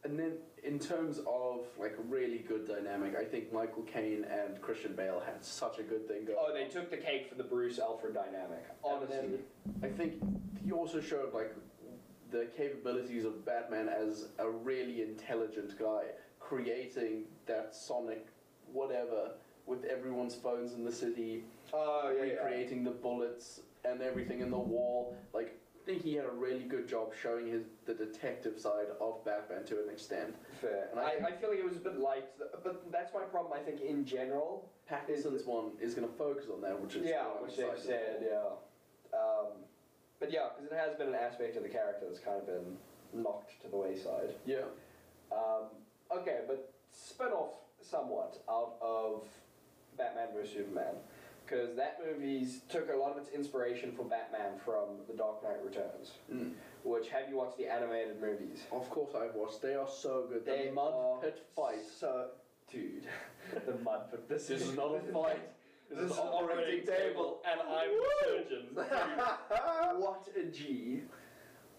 and then in terms of like really good dynamic, I think Michael Caine and Christian Bale had such a good thing going. Oh, they on. took the cake for the Bruce Alfred dynamic. And Honestly. then I think he also showed like the capabilities of Batman as a really intelligent guy, creating that sonic whatever with everyone's phones in the city, oh, recreating the bullets and everything in the wall. Like I think he had a really good job showing his the detective side of Batman to an extent. Fair. And I I, think- I feel like it was a bit light, but that's my problem, I think, in general. Pattinson's one is going to focus on that, which is yeah, what I'm which they've excited said, for. yeah. Um, but yeah, because it has been an aspect of the character that's kind of been knocked to the wayside. Yeah, Um, okay, but spin off somewhat out of Batman vs Superman, because that movie's took a lot of its inspiration for Batman from The Dark Knight Returns. Mm. Which have you watched the animated movies? of course I've watched. They are so good. They the mud are pit fight. So, dude, [laughs] the mud pit. This is not a [laughs] fight. This is an operating table, and I'm the surgeon. [laughs] what a G,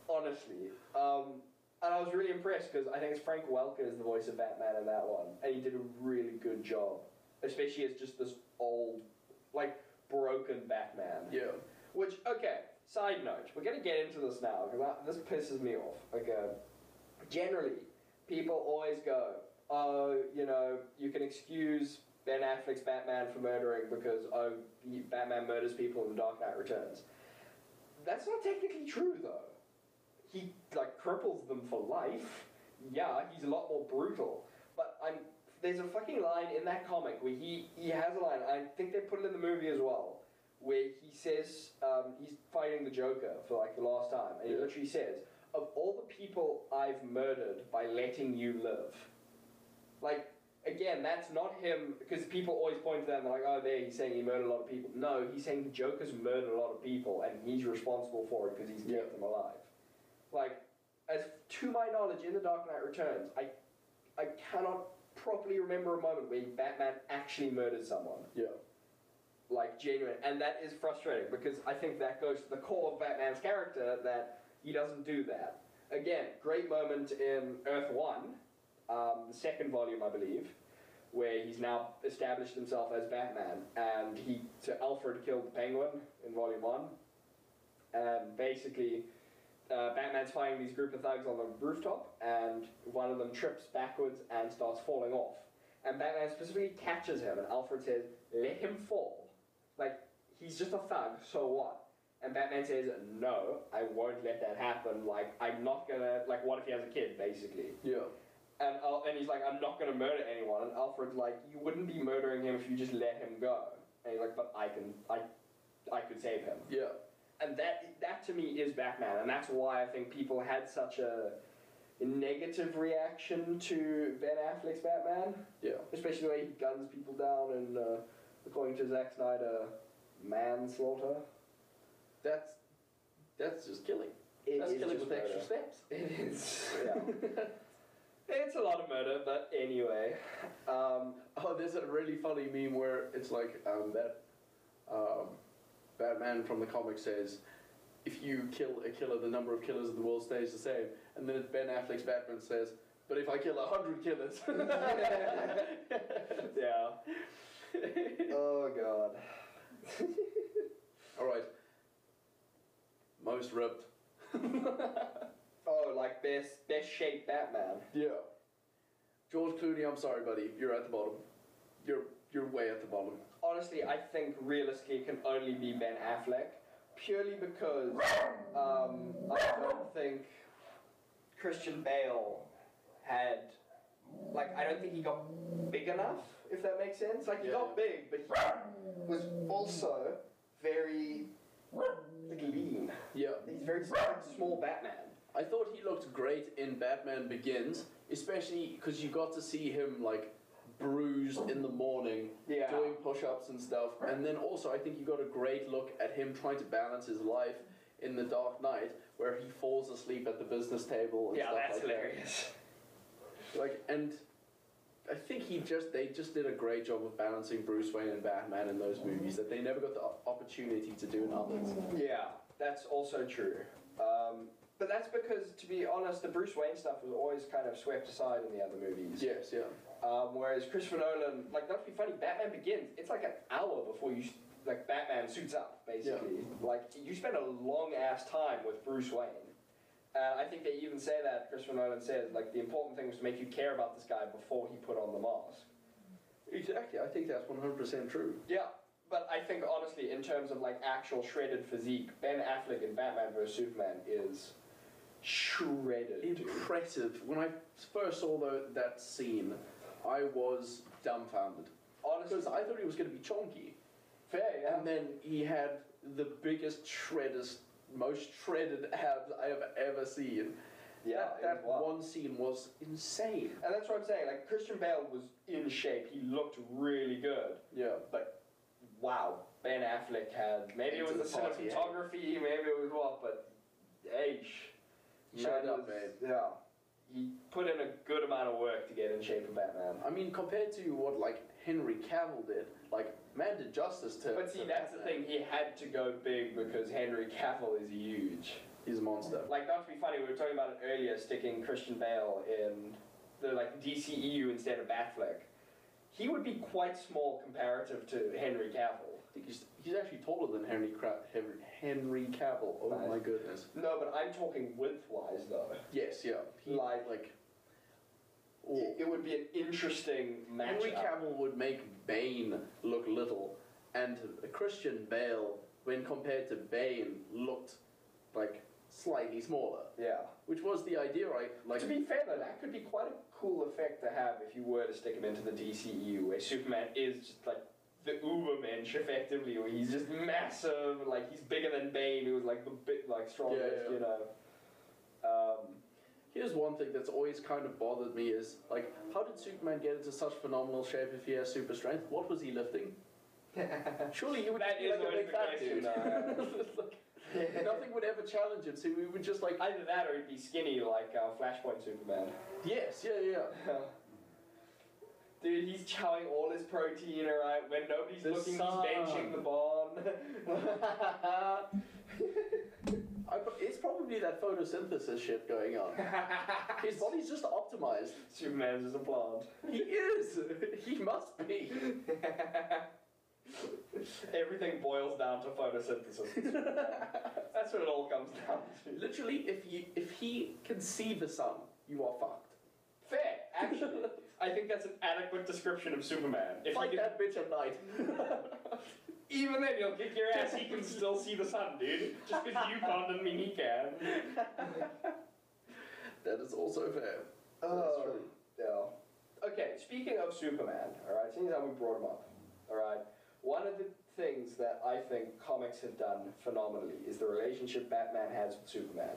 honestly. Um, and I was really impressed because I think it's Frank Welker is the voice of Batman in that one, and he did a really good job, especially as just this old, like broken Batman. yeah, Which, okay, side note, we're gonna get into this now because this pisses me off. Okay, generally, people always go, oh, you know, you can excuse Ben Affleck's Batman for murdering because oh, he- Batman murders people in The Dark Knight Returns. That's not technically true though. He like cripples them for life. Yeah, he's a lot more brutal, but I'm. There's a fucking line in that comic where he, he has a line. I think they put it in the movie as well where he says um, he's fighting the Joker for like the last time, and he Yeah. literally says, "Of all the people I've murdered by letting you live," like again, that's not him because people always point to that and they're like, "Oh, there, he's saying he murdered a lot of people." No, he's saying the Joker's murdered a lot of people, and he's responsible for it because he's Yeah. kept them alive. Like, as to my knowledge, in The Dark Knight Returns, I I cannot properly remember a moment where Batman actually murdered someone yeah, like genuine, and that is frustrating because I think that goes to the core of Batman's character that he doesn't do that. Again, great moment in Earth One, um, the second volume, I believe, where he's now established himself as Batman, and he so Alfred killed the Penguin in volume one, and basically. Uh, Batman's fighting these group of thugs on the rooftop, and one of them trips backwards and starts falling off. And Batman specifically catches him, and Alfred says, "Let him fall." like he's just a thug, so what? And Batman says, No, I won't let that happen. Like I'm not gonna like what if he has a kid, basically? yeah, And Al- and he's like, I'm not gonna murder anyone. And Alfred's like, You wouldn't be murdering him if you just let him go. And he's like, But I can I I could save him. yeah. And that that to me is Batman, and that's why I think people had such a negative reaction to Ben Affleck's Batman. Yeah. Especially the way he guns people down and uh, according to Zack Snyder, manslaughter. That's that's just killing. It that's is killing just with extra murder. steps. [laughs] It is. [laughs] it's a lot of murder, but anyway. Um, [laughs] Oh, there's a really funny meme where it's like um, that um, Batman from the comic says, "If you kill a killer, the number of killers in the world stays the same." And then Ben Affleck's Batman says, But if I kill a hundred [laughs] killers, [laughs] yeah. oh god. [laughs] all right. Most ripped. Oh, like best best shape Batman. Yeah. George Clooney, I'm sorry, buddy. You're at the bottom. You're you're way at the bottom. Honestly, I think realistically it can only be Ben Affleck, purely because um, I don't think Christian Bale had like I don't think he got big enough. If that makes sense, like he Yeah, got big, but he was also very like, lean. Yeah. He's very small Batman. I thought he looked great in Batman Begins, especially because you got to see him like bruised in the morning, Yeah. doing push-ups and stuff. And then also, I think you got a great look at him trying to balance his life in The Dark Knight, where he falls asleep at the business table. And Yeah, stuff that's like hilarious. That. Like, and I think he just they just did a great job of balancing Bruce Wayne and Batman in those movies that they never got the o- opportunity to do in others. Yeah, that's also true. Um, but that's because, to be honest, the Bruce Wayne stuff was always kind of swept aside in the other movies. Yes, yeah. Um, whereas Christopher Nolan, like, not to be funny, Batman Begins, it's like an hour before you, s- like, Batman suits up, basically. Like, you spend a long ass time with Bruce Wayne. And I think they even say that, Christopher Nolan says, like, the important thing was to make you care about this guy before he put on the mask. Exactly. I think that's 100% true. Yeah, but I think honestly, in terms of like actual shredded physique, Ben Affleck in Batman vs Superman is shredded. dude. impressive. When I first saw tho- that scene, I was dumbfounded Honestly, because I thought he was going to be chonky, fair. Yeah. and then he had the biggest, shreddest, most shredded abs I have ever seen. Yeah, that, that it was. one scene was insane. And that's what I'm saying. Like Christian Bale was in shape. He looked really good. Yeah, But wow, Ben Affleck had maybe it was Into the, the party, eh? cinematography, maybe it was what, but age. Man up, babe. Yeah. He put in a good amount of work to get in shape for Batman. I mean, compared to what like Henry Cavill did, like man did justice to. But see, to that's the Batman. thing. He had to go big because Henry Cavill is huge. He's a monster. Like, not to be funny, we were talking about it earlier, sticking Christian Bale in the like DCEU instead of Batfleck. He would be quite small comparative to Henry Cavill. I think he's, he's actually taller than Henry, Cra- Henry, Henry Cavill. Oh Nice. my goodness. No, but I'm talking width-wise though. Yes, yeah. He, Like- like It it would be an interesting matchup. Henry Cavill would make Bane look little, and Christian Bale, when compared to Bane, looked like slightly smaller, Yeah. which was the idea. I like. to be fair though, that could be quite a cool effect to have if you were to stick him into the DCU, where Superman is just like the Ubermensch effectively, where he's just massive, like he's bigger than Bane, who was like the big, like strongest, yeah. you know. Um, Here's one thing that's always kind of bothered me is like, how did Superman get into such phenomenal shape if he has super strength? What was he lifting? Surely he would That be is like a always big the uh, fat question, dude. uh, It's like, [laughs] nothing would ever challenge him, so we would just like, Um, either that or he'd be skinny like uh, Flashpoint Superman. yes, yeah, yeah. Dude, he's chowing all his protein, alright? When nobody's The looking, sun. he's benching the barn. I, it's probably that photosynthesis shit going on. His body's just optimized. [laughs] Superman's just a plant. He is. He must be. Everything boils down [laughs] to photosynthesis. That's what it all comes down to. Literally, if you if he can see the sun, you are fucked. Fair, [laughs] actually. I think that's an adequate description of Superman. If Fight he can, that bitch at night. [laughs] even then, he'll kick your ass. He can still see the sun, dude. [laughs] Just because you can't doesn't mean he can. that is also fair. Oh, That's true. yeah. Okay, speaking of Superman, alright, seeing that we brought him up, alright, one of the things that I think comics have done phenomenally is the relationship Batman has with Superman.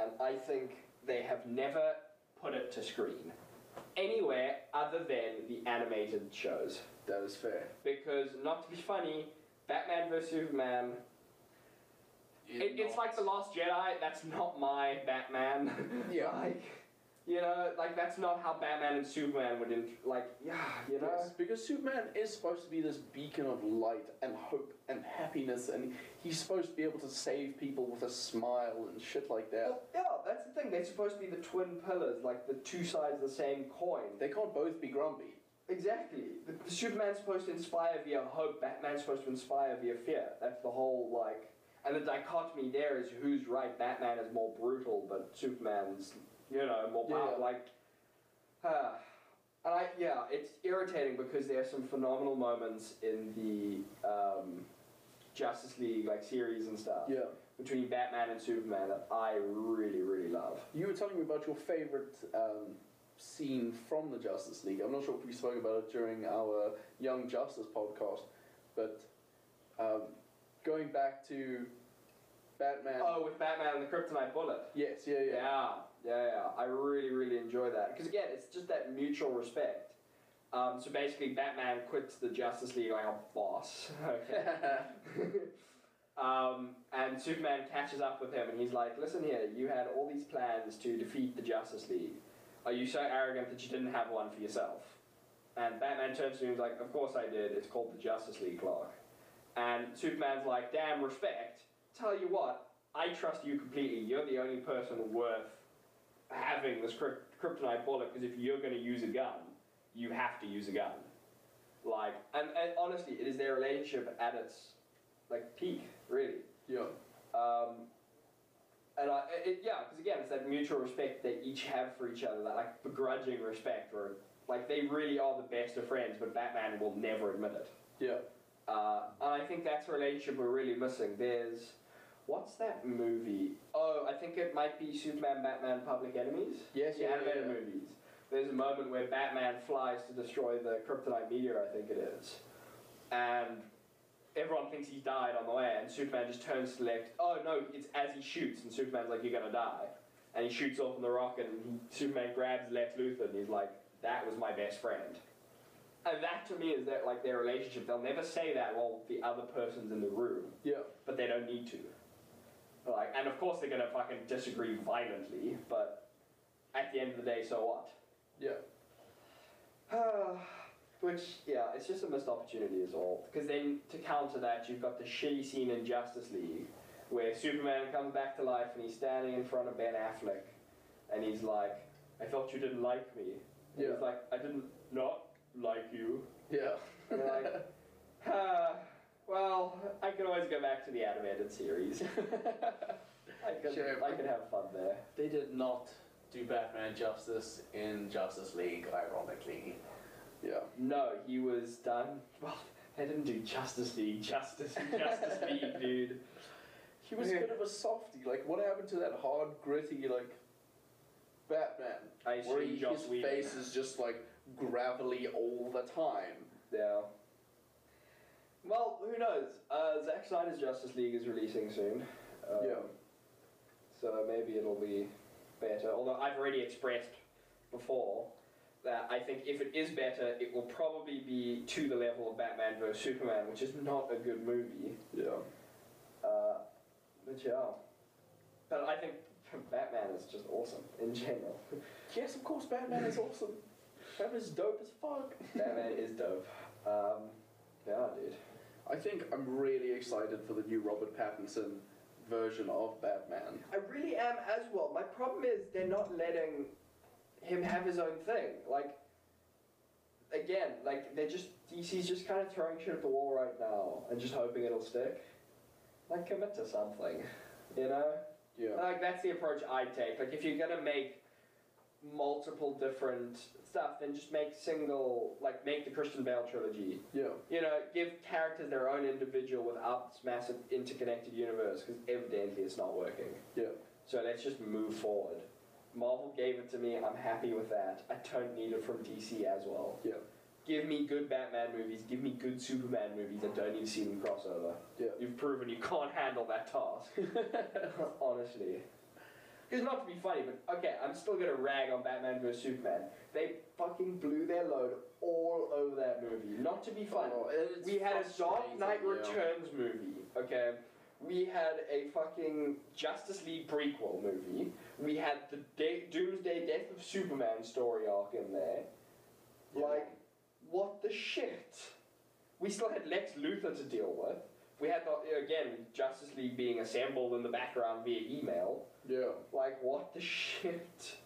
And I think they have never put it to screen anywhere other than the animated shows. That is fair. Because, not to be funny, Batman vs. Superman, it, it's like The Last Jedi, that's not my Batman. [laughs] Yeah. like, You know, like that's not how Batman and Superman would, int- like, yeah, you know. Yes, because Superman is supposed to be this beacon of light and hope and happiness, and he's supposed to be able to save people with a smile and shit like that. Well, yeah, that's the thing. They're supposed to be the twin pillars, like the two sides of the same coin. They can't both be grumpy. Exactly. The, the Superman's supposed to inspire via hope. Batman's supposed to inspire via fear. That's the whole like, and the dichotomy there is who's right. Batman is more brutal, but Superman's you know more powerful. Yeah. Like, [sighs] uh, and I yeah, it's irritating because there are some phenomenal moments in the um, Justice League like series and stuff Yeah. between Batman and Superman that I really really love. You were telling me about your favorite um, scene from the Justice League. I'm not sure if we spoke about it during our Young Justice podcast, but um, going back to Batman. Oh, with Batman and the Kryptonite Bullet. Yes, yeah, yeah. Yeah, yeah, yeah. I really, really enjoy that because again, it's just that mutual respect. Um, so basically, Batman quits the Justice League like a boss, [laughs] okay? um, and Superman catches up with him, and he's like, "Listen here, you had all these plans to defeat the Justice League. Are you so arrogant that you didn't have one for yourself?" And Batman turns to him and is like, "Of course I did. It's called the Justice League, Clark." And Superman's like, "Damn respect. Tell you what, I trust you completely. You're the only person worth having this kryp- kryptonite bullet because if you're going to use a gun, you have to use a gun. Like, and, and honestly, it is their relationship at its like peak, really. yeah. Um, and I, it, it- yeah, because again, it's that mutual respect they each have for each other, that like begrudging respect, or like they really are the best of friends, but Batman will never admit it. Yeah. Uh, and I think that's a relationship we're really missing. There's, what's that movie? Oh, I think it might be Superman, Batman, Public Enemies. Yes, the yeah, animated yeah, yeah. movies. There's a moment where Batman flies to destroy the kryptonite meteor, I think it is, and everyone thinks he died on the way, and Superman just turns to the left. Oh no, it's as he shoots, and Superman's like, "You're gonna die," and he shoots off on the rocket, and he, Superman grabs Lex Luthor, and he's like, "That was my best friend." And that to me is that like their relationship. They'll never say that while the other person's in the room, Yeah. but they don't need to. Like, and of course they're gonna fucking disagree violently, but at the end of the day, so what? [sighs] Yeah. Which, yeah, it's just a missed opportunity, is all. Because then, to counter that, you've got the shitty scene in Justice League where Superman comes back to life and he's standing in front of Ben Affleck and he's like, I thought you didn't like me. And Yeah. He's like, I didn't not like you. Yeah. And they're like, [laughs] "Huh, well, I can always go back to the animated series. [laughs] I could, Sure. I could have fun there. They did not do Batman justice in Justice League, ironically. yeah. No, he was done. Well, they didn't do Justice League, Justice, [laughs] Justice League, dude. He was a bit of a softy. Like, what happened to that hard, gritty, like, Batman? I where assume he- Joss his Whedon. face is just, like, gravelly all the time. Yeah. Well, who knows? Uh, Zack Snyder's Justice League is releasing soon. Um, Yeah. So maybe it'll be better. Although I've already expressed before that I think if it is better, it will probably be to the level of Batman vs Superman, which is not a good movie. Yeah. Uh, but yeah. But I think Batman is just awesome in general. Yes, of course, Batman is awesome. Batman is dope as fuck. Batman is dope. Um, yeah, dude. I think I'm really excited for the new Robert Pattinson version of Batman. I really am as well. My problem is they're not letting him have his own thing. Like, again, like they're just DC's just kind of throwing shit at the wall right now and just hoping it'll stick. Like, commit to something, you know? Yeah. Like that's the approach I take. Like if you're gonna make multiple different stuff, then just make single. Like make the Christian Bale trilogy Yeah. you know, give characters their own individual without this massive interconnected universe because evidently it's not working. Yeah. So let's just move forward. Marvel gave it to me. I'm happy with that. I don't need it from DC as well. Yeah. Give me good Batman movies. Give me good Superman movies. I don't need to see them crossover. Yeah. You've proven you can't handle that task. [laughs] Honestly. Because not to be funny, but okay, I'm still gonna rag on Batman vs Superman. They fucking blew their load all over that movie. Not to be funny. Oh, and it's We had a Dark frustrating, Knight yeah. Returns movie, okay? We had a fucking Justice League prequel movie. We had the Day- Doomsday depth of Superman's story arc in there. Like, what the shit? We still had Lex Luthor to deal with. We had, the, again, Justice League being assembled in the background via email. Yeah. Like, what the shit?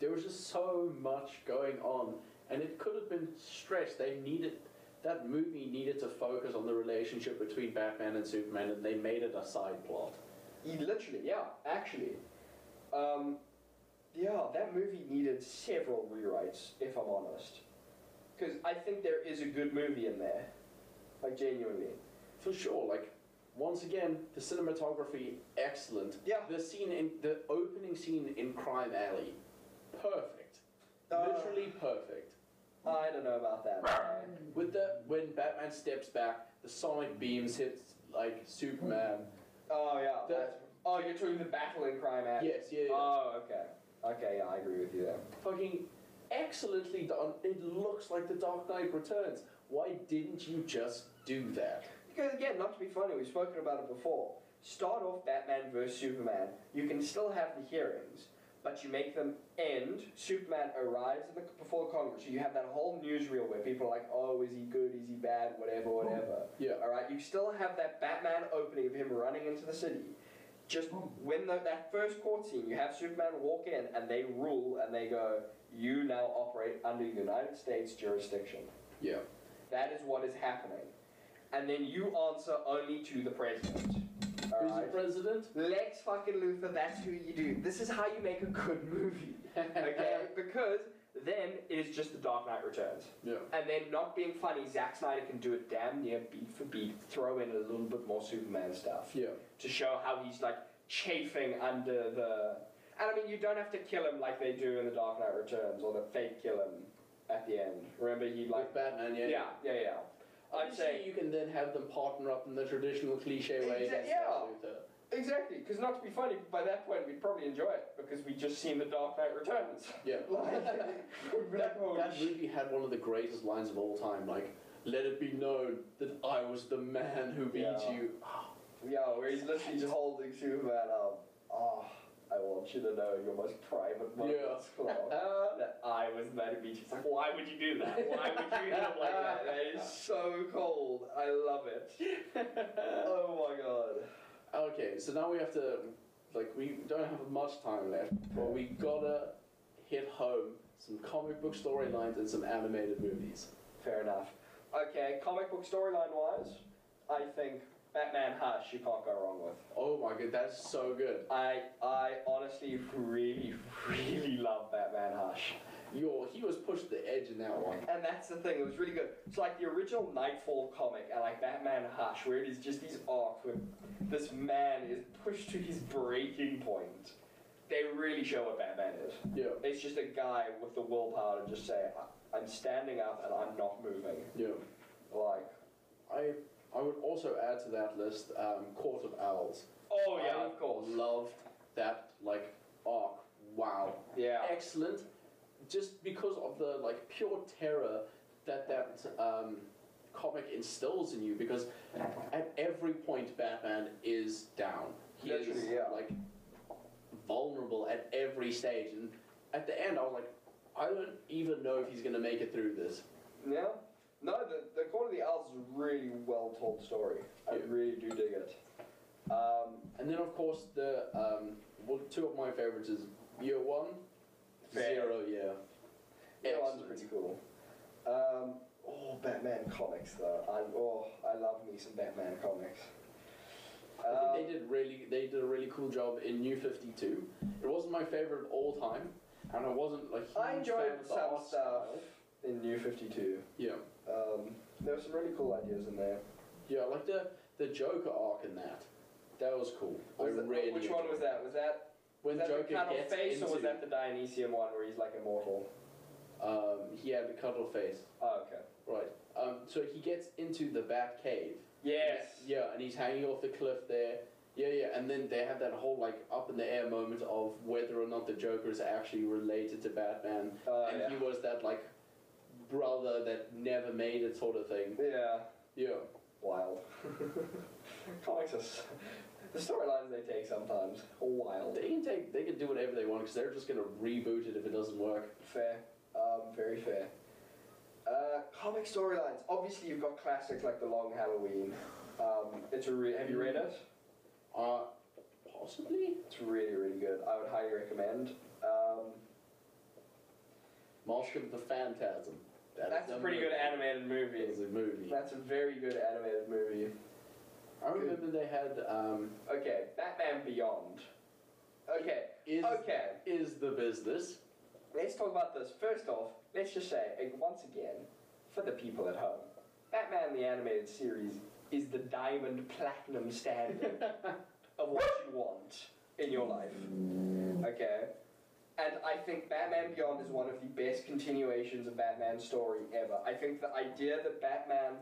There was just so much going on, and it could have been stretched. They needed that movie needed to focus on the relationship between Batman and Superman, and they made it a side plot. He literally, yeah, actually. Um, yeah, that movie needed several rewrites, if I'm honest. Because I think there is a good movie in there. Like, genuinely. For sure, like once again, the cinematography excellent. Yeah. The scene in the opening scene in Crime Alley, perfect, Uh. literally perfect. I don't know about that. man. With the when Batman steps back, the sonic beams hits like Superman. oh, yeah. The- that's- oh, you're talking the battle in Crime Alley. Yes, yeah, yeah. Oh, okay. Okay, yeah, I agree with you there. fucking excellently done. It looks like The Dark Knight Returns. Why didn't you just do that? Because again, not to be funny, we've spoken about it before. Start off Batman versus Superman. You can still have the hearings, but you make them end. Superman arrives in the, before Congress. You have that whole newsreel where people are like, "Oh, is he good? Is he bad? Whatever, whatever." Yeah. All right. You still have that Batman opening of him running into the city. Just when the, that first court scene, you have Superman walk in and they rule and they go, "You now operate under United States jurisdiction." Yeah. That is what is happening. And then you answer only to the president. Who's the Alright? president? Lex fucking Luthor, that's who you do. This is how you make a good [laughs] movie. Okay? because then it is just The Dark Knight Returns. Yeah. And then, not being funny, Zack Snyder can do it damn near beat for beat, throw in a little bit more Superman stuff Yeah. to show how he's like chafing under the. And I mean, you don't have to kill him like they do in The Dark Knight Returns or the fake kill him at the end. Remember, he like. Like Batman, yeah. Yeah, yeah, yeah. I'd Obviously, say you can then have them partner up in the traditional cliche way. Exa- against yeah. Lex Luthor. exactly because not to be funny, by that point we'd probably enjoy it because we just seen the Dark Knight Returns. [laughs] Yeah. that, that movie had one of the greatest lines of all time. Like, let it be known that I was the man who beat Yeah. you. Ah. yeah, where he's literally just holding Superman up. Oh, I want you to know your most private moments, Clark, Uh, That I was mad at Beach. It's like, why would you do that? Why would you hit him like that? That is so cold. I love [laughs] it. oh my god. Okay, so now we have to, like, we don't have much time left, but we gotta hit home some comic book storylines and some animated movies. Fair enough. Okay, comic book storyline wise, I think Batman Hush you can't go wrong with. Oh my god, that's so good. I I honestly really really love Batman Hush, Yo, he was pushed to the edge in that one. and that's the thing. It was really good. It's like the original Nightfall comic, and like Batman Hush, where it is just these arcs where this man is pushed to his breaking point. They really show what Batman is. Yeah, It's just a guy with the willpower to just say, "I- "I'm standing up and I'm not moving." yeah. Like, I I would also add to that list um, Court of Owls. oh yeah, I of course, Loved that like arc. Wow. yeah. Excellent. Just because of the like pure terror that that um, comic instills in you, because at every point Batman is down. He is Literally, yeah. like vulnerable at every stage, and at the end I was like, I don't even know if he's gonna make it through this. Yeah. No, the, the Court of the Owls is a really well told story. I Yeah. really do dig it. Um, And then, of course, the um, well, two of my favorites is year one, Fair. zero year. that one's Excellent. pretty cool. Um, oh, Batman comics, though. I, oh, I love me some Batman comics. I think Um, they did really they did a really cool job in New Fifty Two. It wasn't my favorite of all time, and I wasn't like I enjoyed fan of the some art stuff style. in New 52. Yeah, Um, there were some really cool ideas in there. yeah, like the the Joker arc in that. That was cool. I Was that- really which one enjoyed was it. that? Was that, When was that Joker the cut off gets face, into, or was that the Dionysian one where he's like immortal? um, he had the cuddle face, Oh, okay. right? Um, so he gets into the Bat Cave. Yes. Yeah, and he's hanging off the cliff there. Yeah, yeah, and then they have that whole like up in the air moment of whether or not the Joker is actually related to Batman, Oh, and he was that like brother that never made it sort of thing. yeah. yeah. Yeah, Wild. [laughs] comics are. s- The storylines they take sometimes are wild. They can take, they can do whatever they want because they're just gonna reboot it if it doesn't work. Fair, um, very fair. Uh, comic storylines. Obviously, you've got classics like The Long Halloween. Um, it's a re- have you read it? Uh, possibly It's really, really good. I would highly recommend. Um, Marsh of the Phantasm. That that's is a pretty movie. good animated movie. It's a movie. That's a very good animated movie. I remember they had um, Okay, Batman Beyond. Okay, is okay. is the business. Let's talk about this. First off, let's just say, uh, once again, for the people at home, Batman the Animated Series is the diamond platinum standard of what you want in your life. Okay? And I think Batman Beyond is one of the best continuations of Batman's story ever. I think the idea that Batman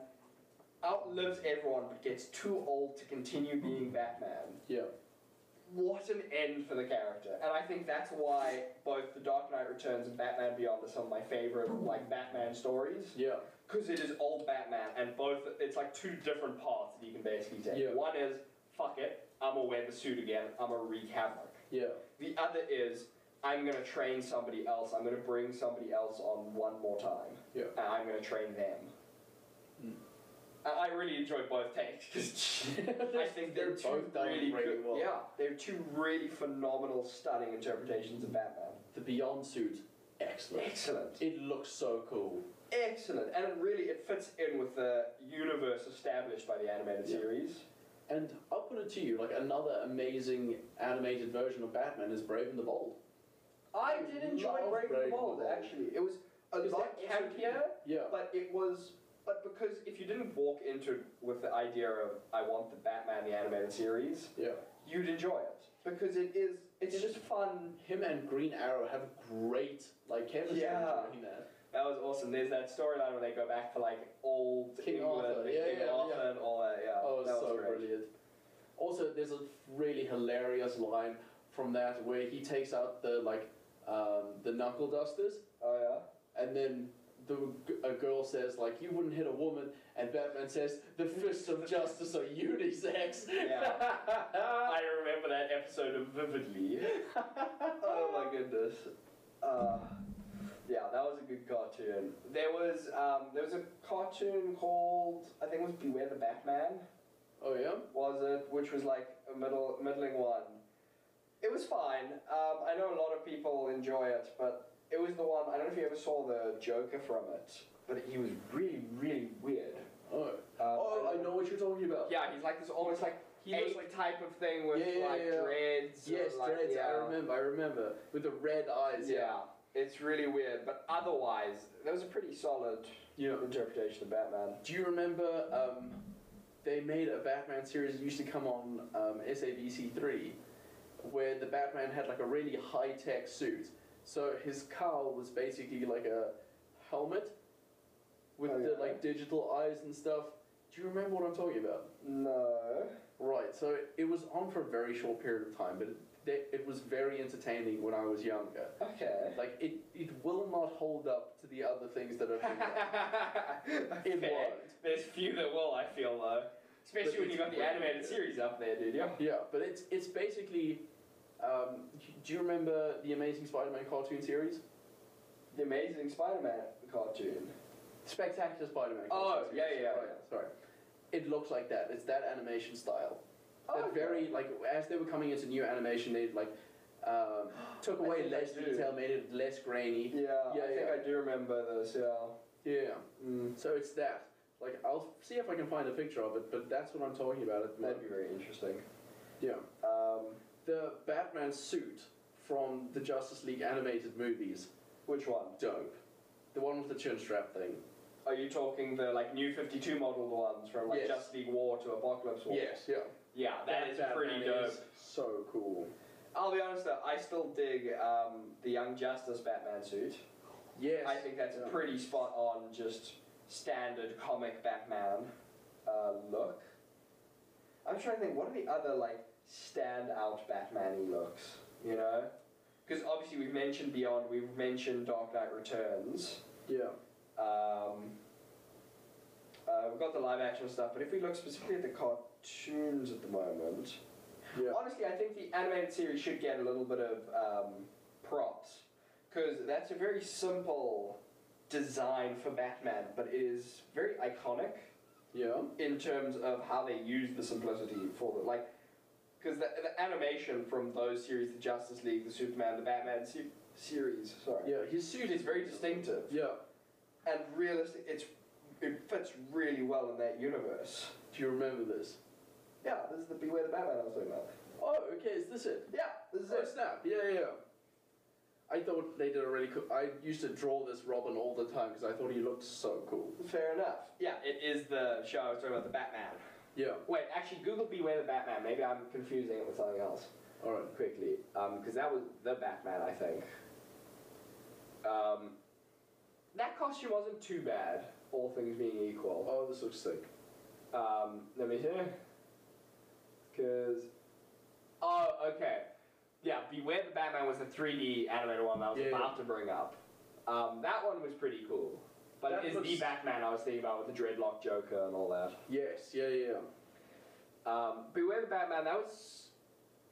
outlives everyone but gets too old to continue being Batman Yeah. what an end for the character. And I think that's why both The Dark Knight Returns and Batman Beyond are some of my favorite like Batman stories. Yeah. Because it is old Batman and both it's like two different paths that you can basically take. Yeah. One is, fuck it, I'ma wear the suit again, I'ma wreak havoc. Yeah. The other is I'm gonna train somebody else, I'm gonna bring somebody else on one more time. Yeah. And I'm gonna train them. Mm. I I really enjoyed both takes 'cause [laughs] I think they're, They're two both done really really good. well. Yeah, they're two really phenomenal, stunning interpretations of Batman. The Beyond suit, excellent. Excellent, It looks so cool. excellent, and it really it fits in with the universe established by the animated Yeah. series. And I'll put it to you, like another amazing animated version of Batman is Brave and the Bold. I I did enjoy love Brave Brave and the Bold. Bold. Actually, it was a Is lot that also- campier, Yeah. but it was. But because if you didn't walk into it with the idea of I want the Batman the animated series, Yeah. you'd enjoy it because it is it's just fun Him and Green Arrow have great like chemistry Yeah. during that. That was awesome. There's that storyline where they go back to like old King England, Arthur, the yeah, King yeah, Arthur yeah. and all that. Yeah, Oh, that was so great. brilliant. Also, there's a really hilarious line from that where he takes out the like um, the knuckle dusters Oh And then the g- a girl says like you wouldn't hit a woman, and Batman says the fists of justice are unisex. [laughs] yeah, I remember that episode vividly. oh my goodness. Uh, yeah, that was a good cartoon. There was um, there was a cartoon called I think it was Beware the Batman. [laughs] oh yeah. was it, which was like a middle middling one. It was fine. Um, I know a lot of people enjoy it, but it was the one. I don't know if you ever saw the Joker from it, but he was really really weird. Oh, Um, oh I know what you're talking about. Yeah, he's like this almost like He looks ape like type of thing with Yeah, yeah, like yeah. dreads. yes, and, like, dreads. Yeah. I remember. I remember with the red eyes. Yeah, it's really weird, but otherwise, that was a pretty solid Yeah. interpretation of Batman. Do you remember? Um, they made a Batman series that used to come on um, SABC three, where the Batman had like a really high tech suit. So his cowl was basically like a helmet with Oh, the yeah. like digital eyes and stuff. Do you remember what I'm talking about? No. Right. So it, it was on for a very short period of time, but it, they- it was very entertaining when I was younger. Okay. [laughs] Like it, it will not hold up to the other things that have been [laughs] done. it Fair. There's few that will, I feel, though. Especially But when you it's got the really animated good. series up there, dude. Yeah. Yeah, but it's it's basically. Um, do you remember the Amazing Spider-Man cartoon series? The Amazing Spider-Man cartoon. Spectacular Spider-Man. Oh, cartoon yeah, series, yeah, right, yeah. Sorry, it looks like that. It's that animation style. Oh, that okay. very like as they were coming into new animation, they like um, took I away think I less do. detail, made it less grainy. Yeah, Yeah, I think yeah. I do remember this. Yeah. Yeah. Mm, So it's that. Like I'll see if I can find a picture of it, but that's what I'm talking about. At the that'd moment. be very interesting. Yeah. Um, The Batman suit from the Justice League animated movies, which one? dope. The one with the chin strap thing. Are you talking the like New Fifty Two model ones from like Yes. Just League War to Apocalypse War? Yes, yeah. Yeah, that is pretty Batman dope. is so cool. I'll be honest though, I still dig um, the Young Justice Batman suit. Yes. I think that's a Yeah. pretty spot on, just standard comic Batman uh, look. I'm trying to think, what are the other like standout Batman-y looks? You know, because obviously we've mentioned Beyond, we've mentioned Dark Knight Returns. Yeah. Um, uh, we've got the live action stuff, but if we look specifically at the cartoons at the moment, Yeah. Honestly, I think the animated series should get a little bit of um, props because that's a very simple design for Batman, but it is very iconic Yeah. in terms of how they use the simplicity for the like because the, the animation from those series, the Justice League, the Superman, the Batman se- series, sorry, Yeah. His suit is very distinctive Yeah. and realistic. It's it fits really well in that universe. Do you remember this? Yeah, this is the Beware the Batman I was talking about. Oh, okay. Is this it? Yeah, this is Oh it. snap! Yeah, yeah. yeah. I thought they did a really cool. I used to draw this Robin all the time because I thought he looked so cool. Fair enough. Yeah, it is the show I was talking about, the Batman. Yeah. Wait, actually, Google Beware the Batman. Maybe I'm confusing it with something else. All right. Quickly, because that was the Batman, I think. Um, that costume wasn't too bad, all things being equal. Oh, this looks sick. Um, let me see. Because. Oh, okay. Yeah, Beware the Batman was the 3D animated one that I was Yeah, about to bring up. Um, that one was pretty cool. But That it is the looks- Batman I was thinking about with the dreadlock Joker and all that. Yes. Yeah. Yeah. yeah. Um, Beware the Batman, that was.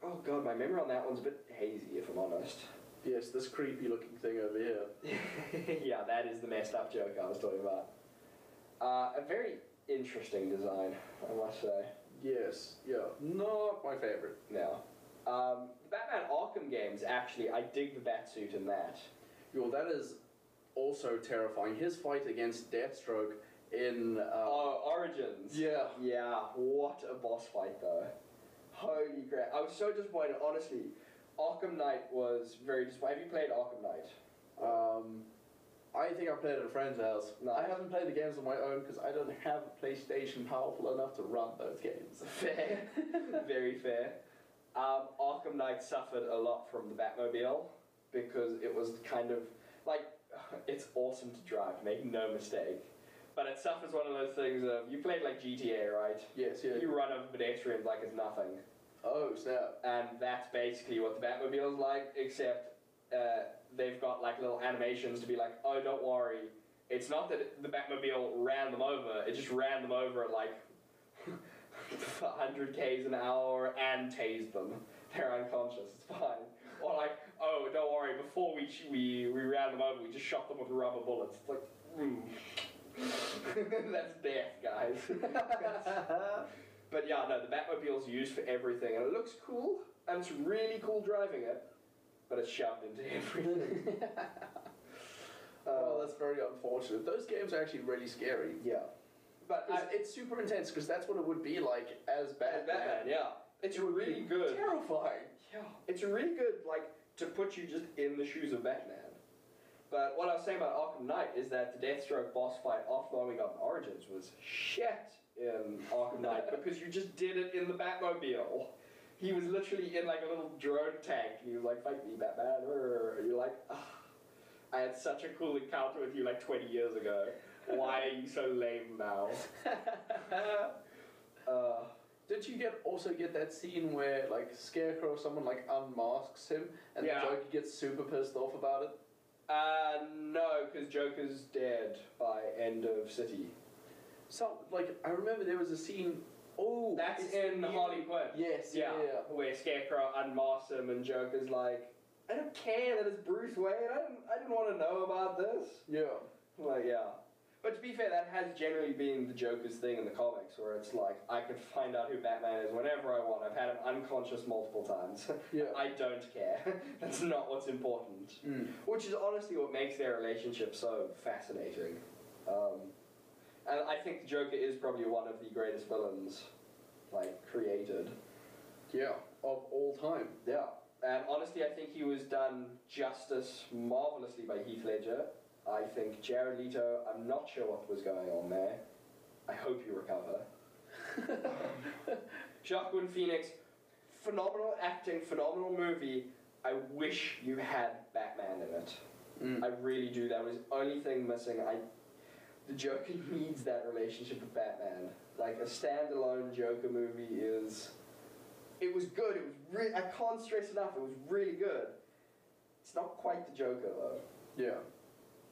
Oh god, my memory on that one's a bit hazy, if [laughs] I'm honest. Yes. This creepy looking thing over here. yeah, that is the messed up joke I was talking about. Uh, a very interesting design, I must say. Yes. Yeah. Not my favorite. No. Um, Batman Arkham games, actually, I dig the Batsuit in that. Yo, that is also terrifying. His fight against Deathstroke in. Uh, Oh, Origins. yeah. Yeah, what a boss fight, though. Holy crap. I was so disappointed, honestly. Arkham Knight was very disappointing. Have you played Arkham Knight? Um, I think I played at a friend's house. No. I haven't played the games on my own because I don't have a PlayStation powerful enough to run those games. Fair. [laughs] very fair. Um, Arkham Knight suffered a lot from the Batmobile because it was kind of like [sighs] it's awesome to drive, make no mistake. But it suffers one of those things of you played like GTA, right? Yes. Yeah. You run over pedestrians like it's nothing. Oh snap. And that's basically what the Batmobile's like, except uh, they've got like little animations to be like, oh, don't worry. It's not that the Batmobile ran them over, it just ran them over at like [laughs] 100 Ks an hour and tased them. They're unconscious, it's fine. Or like, oh, don't worry, before we, sh- we, we ran them over, we just shot them with rubber bullets. It's like, mm. [laughs] that's death, guys. [laughs] But yeah, no, the Batmobile's used for everything, and it looks cool, and it's really cool driving it, but it's shoved into [laughs] everything. uh, Well, Oh, that's very unfortunate. Those games are actually really scary. yeah. But uh, I, It's, it's super intense because that's what it would be like as Batman, Batman. yeah, it's would really be good. Terrifying. Yeah, it's really good, like to put you just in the shoes of Batman. But what I was saying about Arkham Knight is that the Deathstroke boss fight after we got Origins was shit in Arkham Knight because you just did it in the Batmobile. He was literally in like a little drone tank. He was like, "Fight me, Batman!" And you're like, "Ah, "I had such a cool encounter with you like 20 years ago. Why are you so lame now?" uh, Did you get also get that scene where like Scarecrow or someone like unmasks him and Yeah. the Joker gets super pissed off about it? Uh, no, because Joker's dead by end of City. So like I remember there was a scene. Oh, That's it's in you. Harley Quinn. Yes. Yeah. yeah. yeah. Where Scarecrow unmasks him and Joker's like, I don't care that it's Bruce Wayne. I didn't, I didn't want to know about this. Yeah. Like, yeah. But to be fair, that has generally been the Joker's thing in the comics, where it's like, I can find out who Batman is whenever I want. I've had him unconscious multiple times. [laughs] Yeah. I don't care. [laughs] That's not what's important. Mm. Which is honestly what makes their relationship so fascinating. Um, and I think the Joker is probably one of the greatest villains, like, created. Yeah. Of all time. Yeah. And honestly, I think he was done justice marvelously by Heath Ledger. I think Jared Leto, I'm not sure what was going on there. I hope you recover. [laughs] Jacqueline Phoenix, phenomenal acting, phenomenal movie. I wish you had Batman in it. Mm. I really do. That was the only thing missing. I, the Joker [laughs] needs that relationship with Batman. Like a standalone Joker movie is. It was good. It was re- I can't stress enough. It was really good. It's not quite the Joker though. Yeah.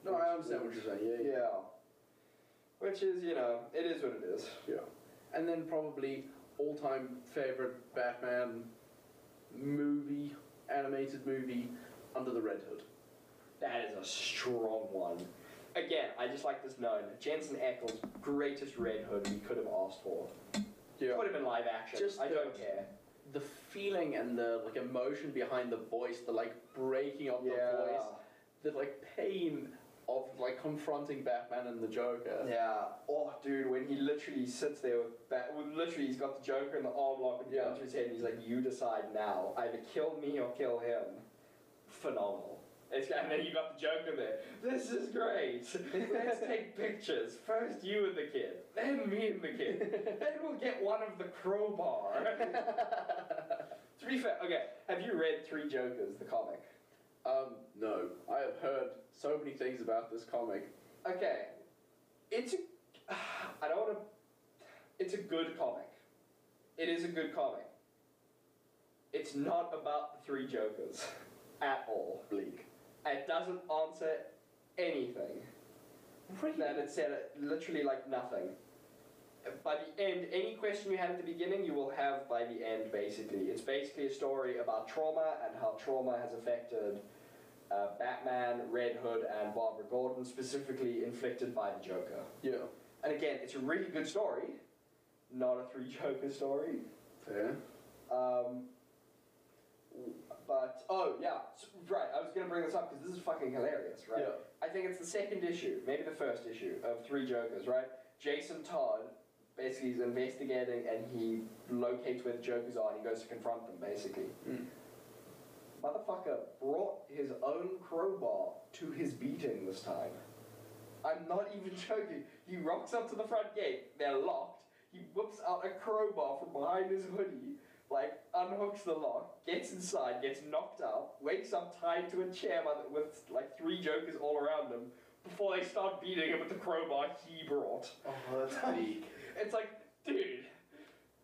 No, I understand what you're saying. Yeah. Yeah. Yeah. Which is, you know, it is what it is. Yeah. And then probably all-time favorite Batman movie, animated movie, Under the Red Hood. That is a strong one. Again, I just like this known. Jensen Ackles' greatest Red Hood we could have asked for. Put him in live action. Just I the- don't care. The feeling and the like emotion behind the voice, the like breaking of the voice, the like pain of like confronting Batman and the Joker. Yeah. Oh, dude, when he literally sits there with that, well, literally he's got the Joker in the arm lock and Yeah. guns to his head, and he's like, "You decide now. Either kill me or kill him." Phenomenal. It's, and then you got the Joker there. This is great. Let's take pictures. First you and the kid, then me and the kid. then we'll get one of the crowbar. to be fair, okay. Have you read Three Jokers, the comic? Um, no, I have heard so many things about this comic. Okay. It's a. [sighs] I don't want to. It's a good comic. It is a good comic. It's not about the three Jokers at all. Bleak. It doesn't answer anything. That it said it literally like nothing. By the end, any question you had at the beginning, you will have by the end, basically. It's basically a story about trauma and how trauma has affected uh, Batman, Red Hood, and Barbara Gordon, specifically inflicted by the Joker. Yeah. And again, it's a really good story, not a three Joker story. Fair. Um, but oh yeah, s- right. I was gonna bring this up because this is fucking hilarious, right? I think it's the second issue, maybe the first issue of Three Jokers, right? Jason Todd basically is investigating and he locates where the Jokers are and he goes to confront them, basically. Mm. Motherfucker brought his own crowbar to his beating this time. I'm not even [laughs] joking. He rocks up to the front gate, they're locked. He whips out a crowbar from behind his hoodie, like unhooks the lock, gets inside, gets knocked out, wakes up tied to a chair by the- with like three jokers all around him before they start beating him with the crowbar he brought. Oh, that's [laughs] bleak. It's like, dude,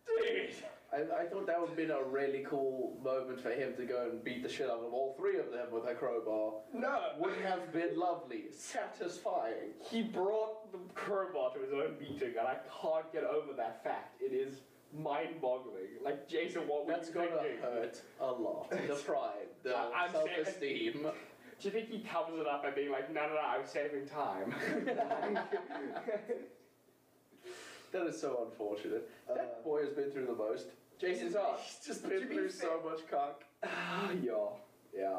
dude. I, I thought that would have been a really cool moment for him to go and beat the shit out of all three of them with a crowbar. No, Would have been lovely, satisfying. he brought the crowbar to his own meeting, and I can't get over that fact. It is mind-boggling. Like Jason, what were That's you gonna thinking? hurt a lot. The [laughs] pride, the I- I'm saying- [laughs] self-esteem. Do you think he covers it up by being like, no, no, no, I'm [laughs] saving time? [laughs] That is so unfortunate. Uh, that boy has been through the most. oh, Jason's off. He's just To been be through fair- so much cock. Ah, [sighs] yeah, yeah.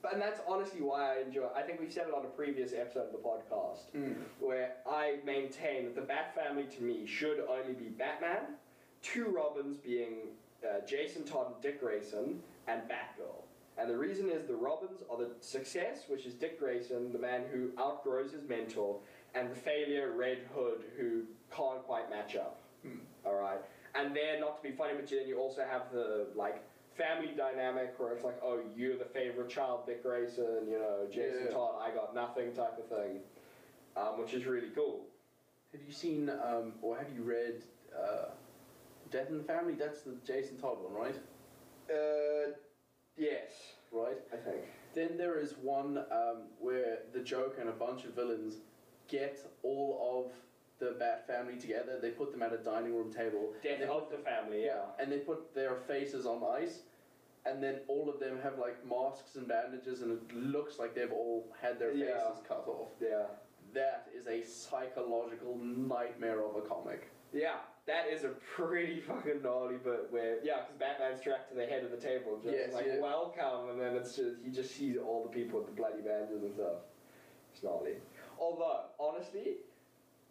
But, and that's honestly why I enjoy. I think we've said it on a previous episode of the podcast, where I maintain that the Bat Family to me should only be Batman, two Robins being uh, Jason Todd and Dick Grayson, and Batgirl. And the reason is the Robins are the success, which is Dick Grayson, the man who outgrows his mentor, and the failure, Red Hood, who can't quite match up. All right. And then, not to be funny, but then you also have the like family dynamic where it's like, oh, you're the favorite child, Dick Grayson, you know, Jason Yeah. Todd, I got nothing type of thing, um, which is really cool. Have you seen um, or have you read uh, Death in the Family? That's the Jason Todd one, right? Uh, yes, Right. I think. Then there is one um, where the Joker and a bunch of villains get all of the Bat family together. They put them at a dining room table. Death They of the family, yeah. and they put their faces on ice, and then all of them have like masks and bandages, and it looks like they've all had their faces Yeah. cut off. Yeah. That is a psychological nightmare of a comic. Yeah, that is a pretty [laughs] fucking gnarly bit where, yeah, because Batman's tracked to the head of the table, just Yes, like, yeah. welcome, and then it's just, he just sees all the people with the bloody bandages and stuff. It's gnarly. Although, honestly,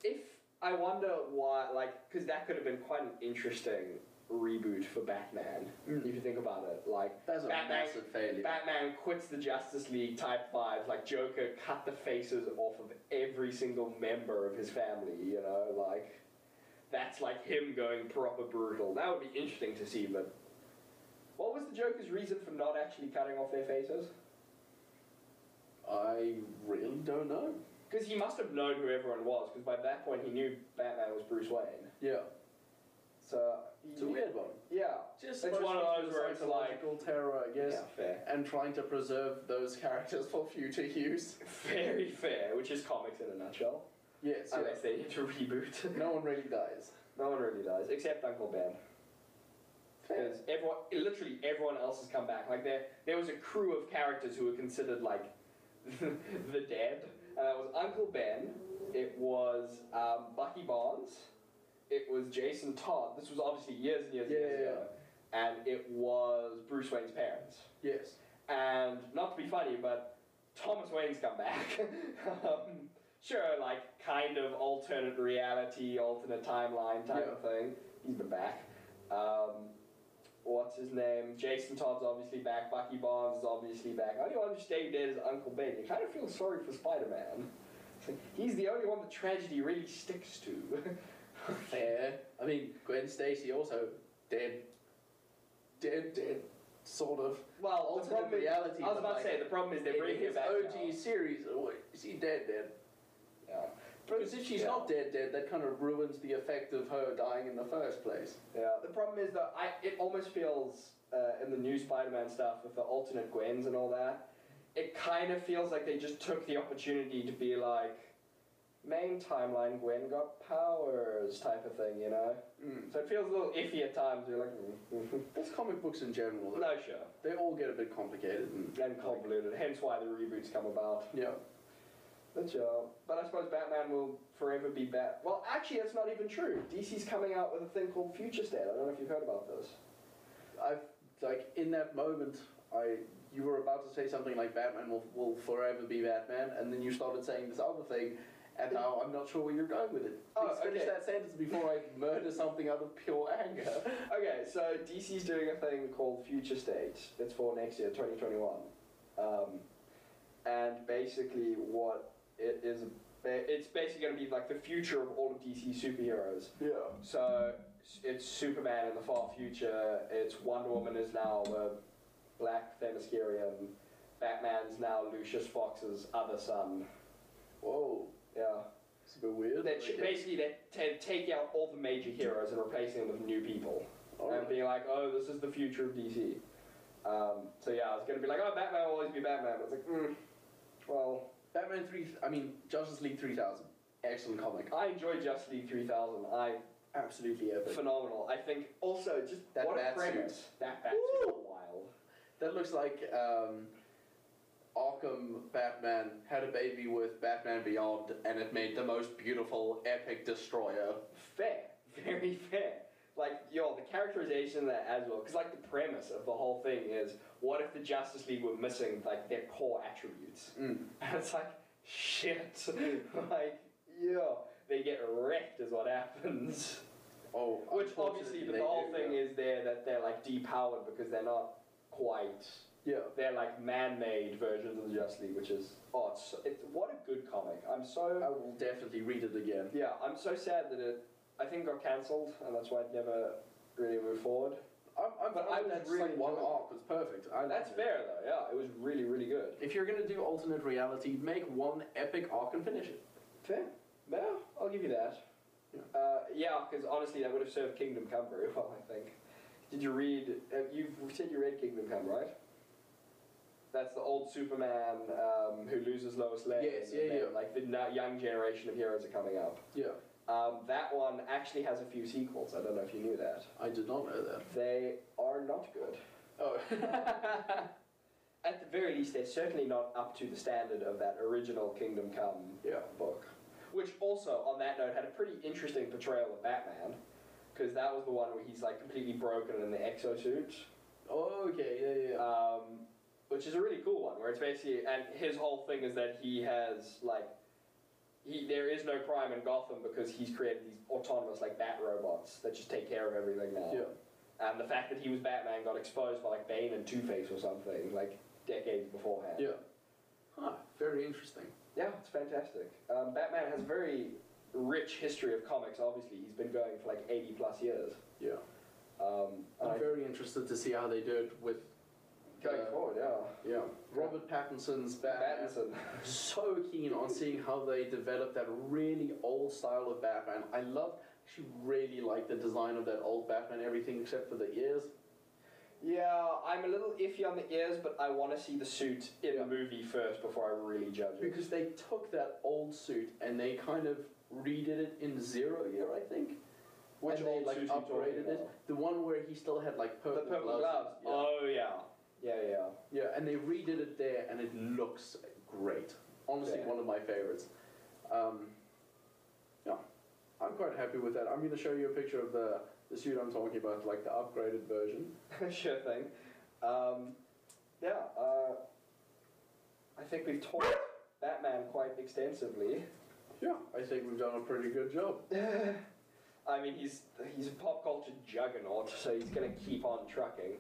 if, I wonder why, like, because that could have been quite an interesting reboot for Batman, Mm. if you think about it. Like, That's a Batman- massive failure. Batman quits the Justice League type vibes, like Joker cut the faces off of every single member of his family, you know, like that's like him going proper brutal. That would be interesting to see, but what was the Joker's reason for not actually cutting off their faces? I really don't know. Because he must have known who everyone was, because by that point he knew Batman was Bruce Wayne. Yeah, So, he, it's a weird one. yeah. Just It's one of mostly those for where the it's like- psychological terror, I guess, Yeah, fair. and trying to preserve those characters for future use. Very fair, which is comics in a nutshell. Yes, yeah. Unless they need to reboot. no one really dies. no one really does, except Uncle Ben. because everyone, literally everyone else has come back. Like there, there was a crew of characters who were considered like [laughs] the dead. Uh, it was Uncle Ben. It was um, Bucky Barnes. It was Jason Todd. This was obviously years and years and Yeah, years yeah, ago. And it was Bruce Wayne's parents. Yes. And not to be funny, but Thomas Wayne's come back. [laughs] um, sure, like kind of alternate reality, alternate timeline type of thing. He's been back. Um, what's his name? Jason Todd's obviously back. Bucky Barnes is obviously back. Only one who's stayed dead is Uncle Ben. You kind of feel sorry for Spider Man. He's the only one that tragedy really sticks to. [laughs] Fair. I mean, Gwen Stacy also dead, dead, dead, sort of. well, the Alternate problem is- reality, I was but, about like, to say the problem is they're in bringing her his back. OG now. series, oh, is he dead dead? Yeah. Because if she's Yeah. not dead dead, that kind of ruins the effect of her dying in the first place. Yeah. The problem is though, I it almost feels uh, in the new Spider-Man stuff with the alternate Gwens and all that, it kind of feels like they just took the opportunity to be like, main timeline Gwen got powers type of thing, you know. Mm. So it feels a little iffy at times. You're like, mm. Those comic books in general, though, no, sure, they all get a bit complicated. And, and convoluted. Hence why the reboots come about. yeah. That's sure. But I suppose Batman will forever be Bat. Well, actually, that's not even true. DC's coming out with a thing called Future State. I don't know if you've heard about this. I've like in that moment, I you were about to say something like Batman will, will forever be Batman, and then you started saying this other thing, and now I'm not sure where you're going with it. Oh, Please finish okay. that sentence before I murder something out of pure [laughs] anger. Okay, so DC's doing a thing called Future State. It's for next year, 2021. Um, and basically, what it is, it's basically going to be like the future of all of DC's superheroes. Yeah. So it's Superman in the far future. It's Wonder Woman is now the Black Themyscirium. Batman's now Lucius Fox's other son. Whoa. Yeah. It's a bit weird. They're but ch- okay. basically they're t- taking out all the major heroes and replacing them with new people and Alright. being like, oh, this is the future of DC. Um, so yeah, it's gonna be like, oh, Batman will always be Batman. It's like, mm, well, Batman three. I mean Justice League three thousand. Excellent comic. I enjoy Justice League 3000. I Absolutely epic. phenomenal. I think also just That what bat a suit. premise. That bat suit is wild. That looks like um, Arkham Batman had a baby with Batman Beyond, and it made the most beautiful epic destroyer. Fair, [laughs] very fair. Like yo, the characterization of that as well, because like the premise of the whole thing is, what if the Justice League were missing like their core attributes? Mm. And it's like, shit. [laughs] like, yo, they get wrecked is what happens. Oh, Which obviously, but the whole thing is there that they're like depowered because they're not quite. yeah. They're like man-made versions of the Justice League, which is oh, it's, so- it's what a good comic. I'm I so will definitely read it again. yeah, I'm so sad that it I think got cancelled and that's why it never really moved forward. I'm, I'm But fine I with was that, really like one enjoying it. arc was perfect. I And that's liked it. fair though. Yeah, it was really really good. If you're gonna do alternate reality, make one epic arc and finish it. Fair. Yeah, I'll give you that. Yeah. Uh, yeah, because honestly, that would have served Kingdom Come very [laughs] well. I think. Did you read? Uh, you said you read Kingdom Come, right? That's the old Superman um, who loses Lois Lane. Yes, and yeah, then, yeah. Like the now young generation of heroes are coming up. Yeah, Um, that one actually has a few sequels. I don't know if you knew that. I did not know that. They are not good. [laughs] Oh, At the very least, they're certainly not up to the standard of that original Kingdom Come yeah. book, which also, on that note, had a pretty interesting portrayal of Batman, because that was the one where he's like completely broken in the exosuit, Okay, yeah, yeah. um, which is a really cool one, where it's basically and his whole thing is that he has like. He, there is no crime in Gotham because he's created these autonomous like bat robots that just take care of everything now. yeah. And the fact that he was Batman got exposed by like Bane and Two Face or something like decades beforehand. Yeah. Huh, very interesting. Yeah, it's fantastic. Um, Batman has a very rich history of comics. Obviously, he's been going for like eighty plus years. Yeah. Um, and I- I'm very interested to see how they do it with going uh, forward, yeah. yeah. Robert Pattinson's Batman. Battinson. So keen on seeing how they develop that really old style of Batman. I love, actually, really like the design of that old Batman. Everything except for the ears. [laughs] yeah, I'm a little iffy on the ears, but I want to see the suit in the movie first before I really judge it. Because they took that old suit and they kind of redid it in zero year, I think. which And they, old like, suit he upgraded upgraded it. it. The one where he still had like The purple, purple gloves. gloves. Yeah. Oh yeah. Yeah, yeah. yeah, and they redid it there, and it looks great. Honestly, Yeah. one of my favorites. Um, yeah, I'm quite happy with that. I'm going to show you a picture of the the suit I'm talking about, like the upgraded version. [laughs] sure thing. Um, yeah, uh, I think we've talked Batman quite extensively. Yeah, I think we've done a pretty good job. I mean, he's he's a pop culture juggernaut, so he's gonna keep on trucking.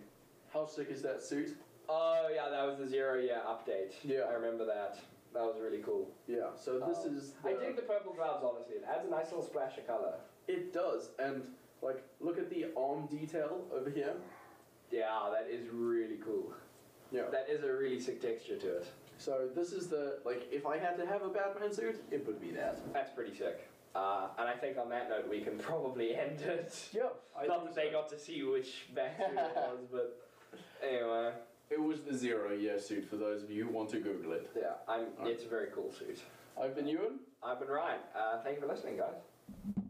How sick is that suit? Oh yeah, that was the zero year update. Yeah. I remember that. That was really cool. Yeah, so this Um, is. I the- dig the purple gloves. Honestly, it adds a nice little splash of color. It does, and like, look at the arm detail over here. Yeah, that is really cool. Yeah. That is a really sick texture to it. So this is the like, if I had to have a Batman suit, it would be that. That's pretty sick. Uh, and I think on that note, we can probably [laughs] end it. Yeah. Not that they got to see which [laughs] backstory it was, but anyway, It was the zero year suit for those of you who want to Google it. yeah, I'm, Alright. it's a very cool suit. I've been Ewan. I've been Ryan. Uh, thank you for listening, guys.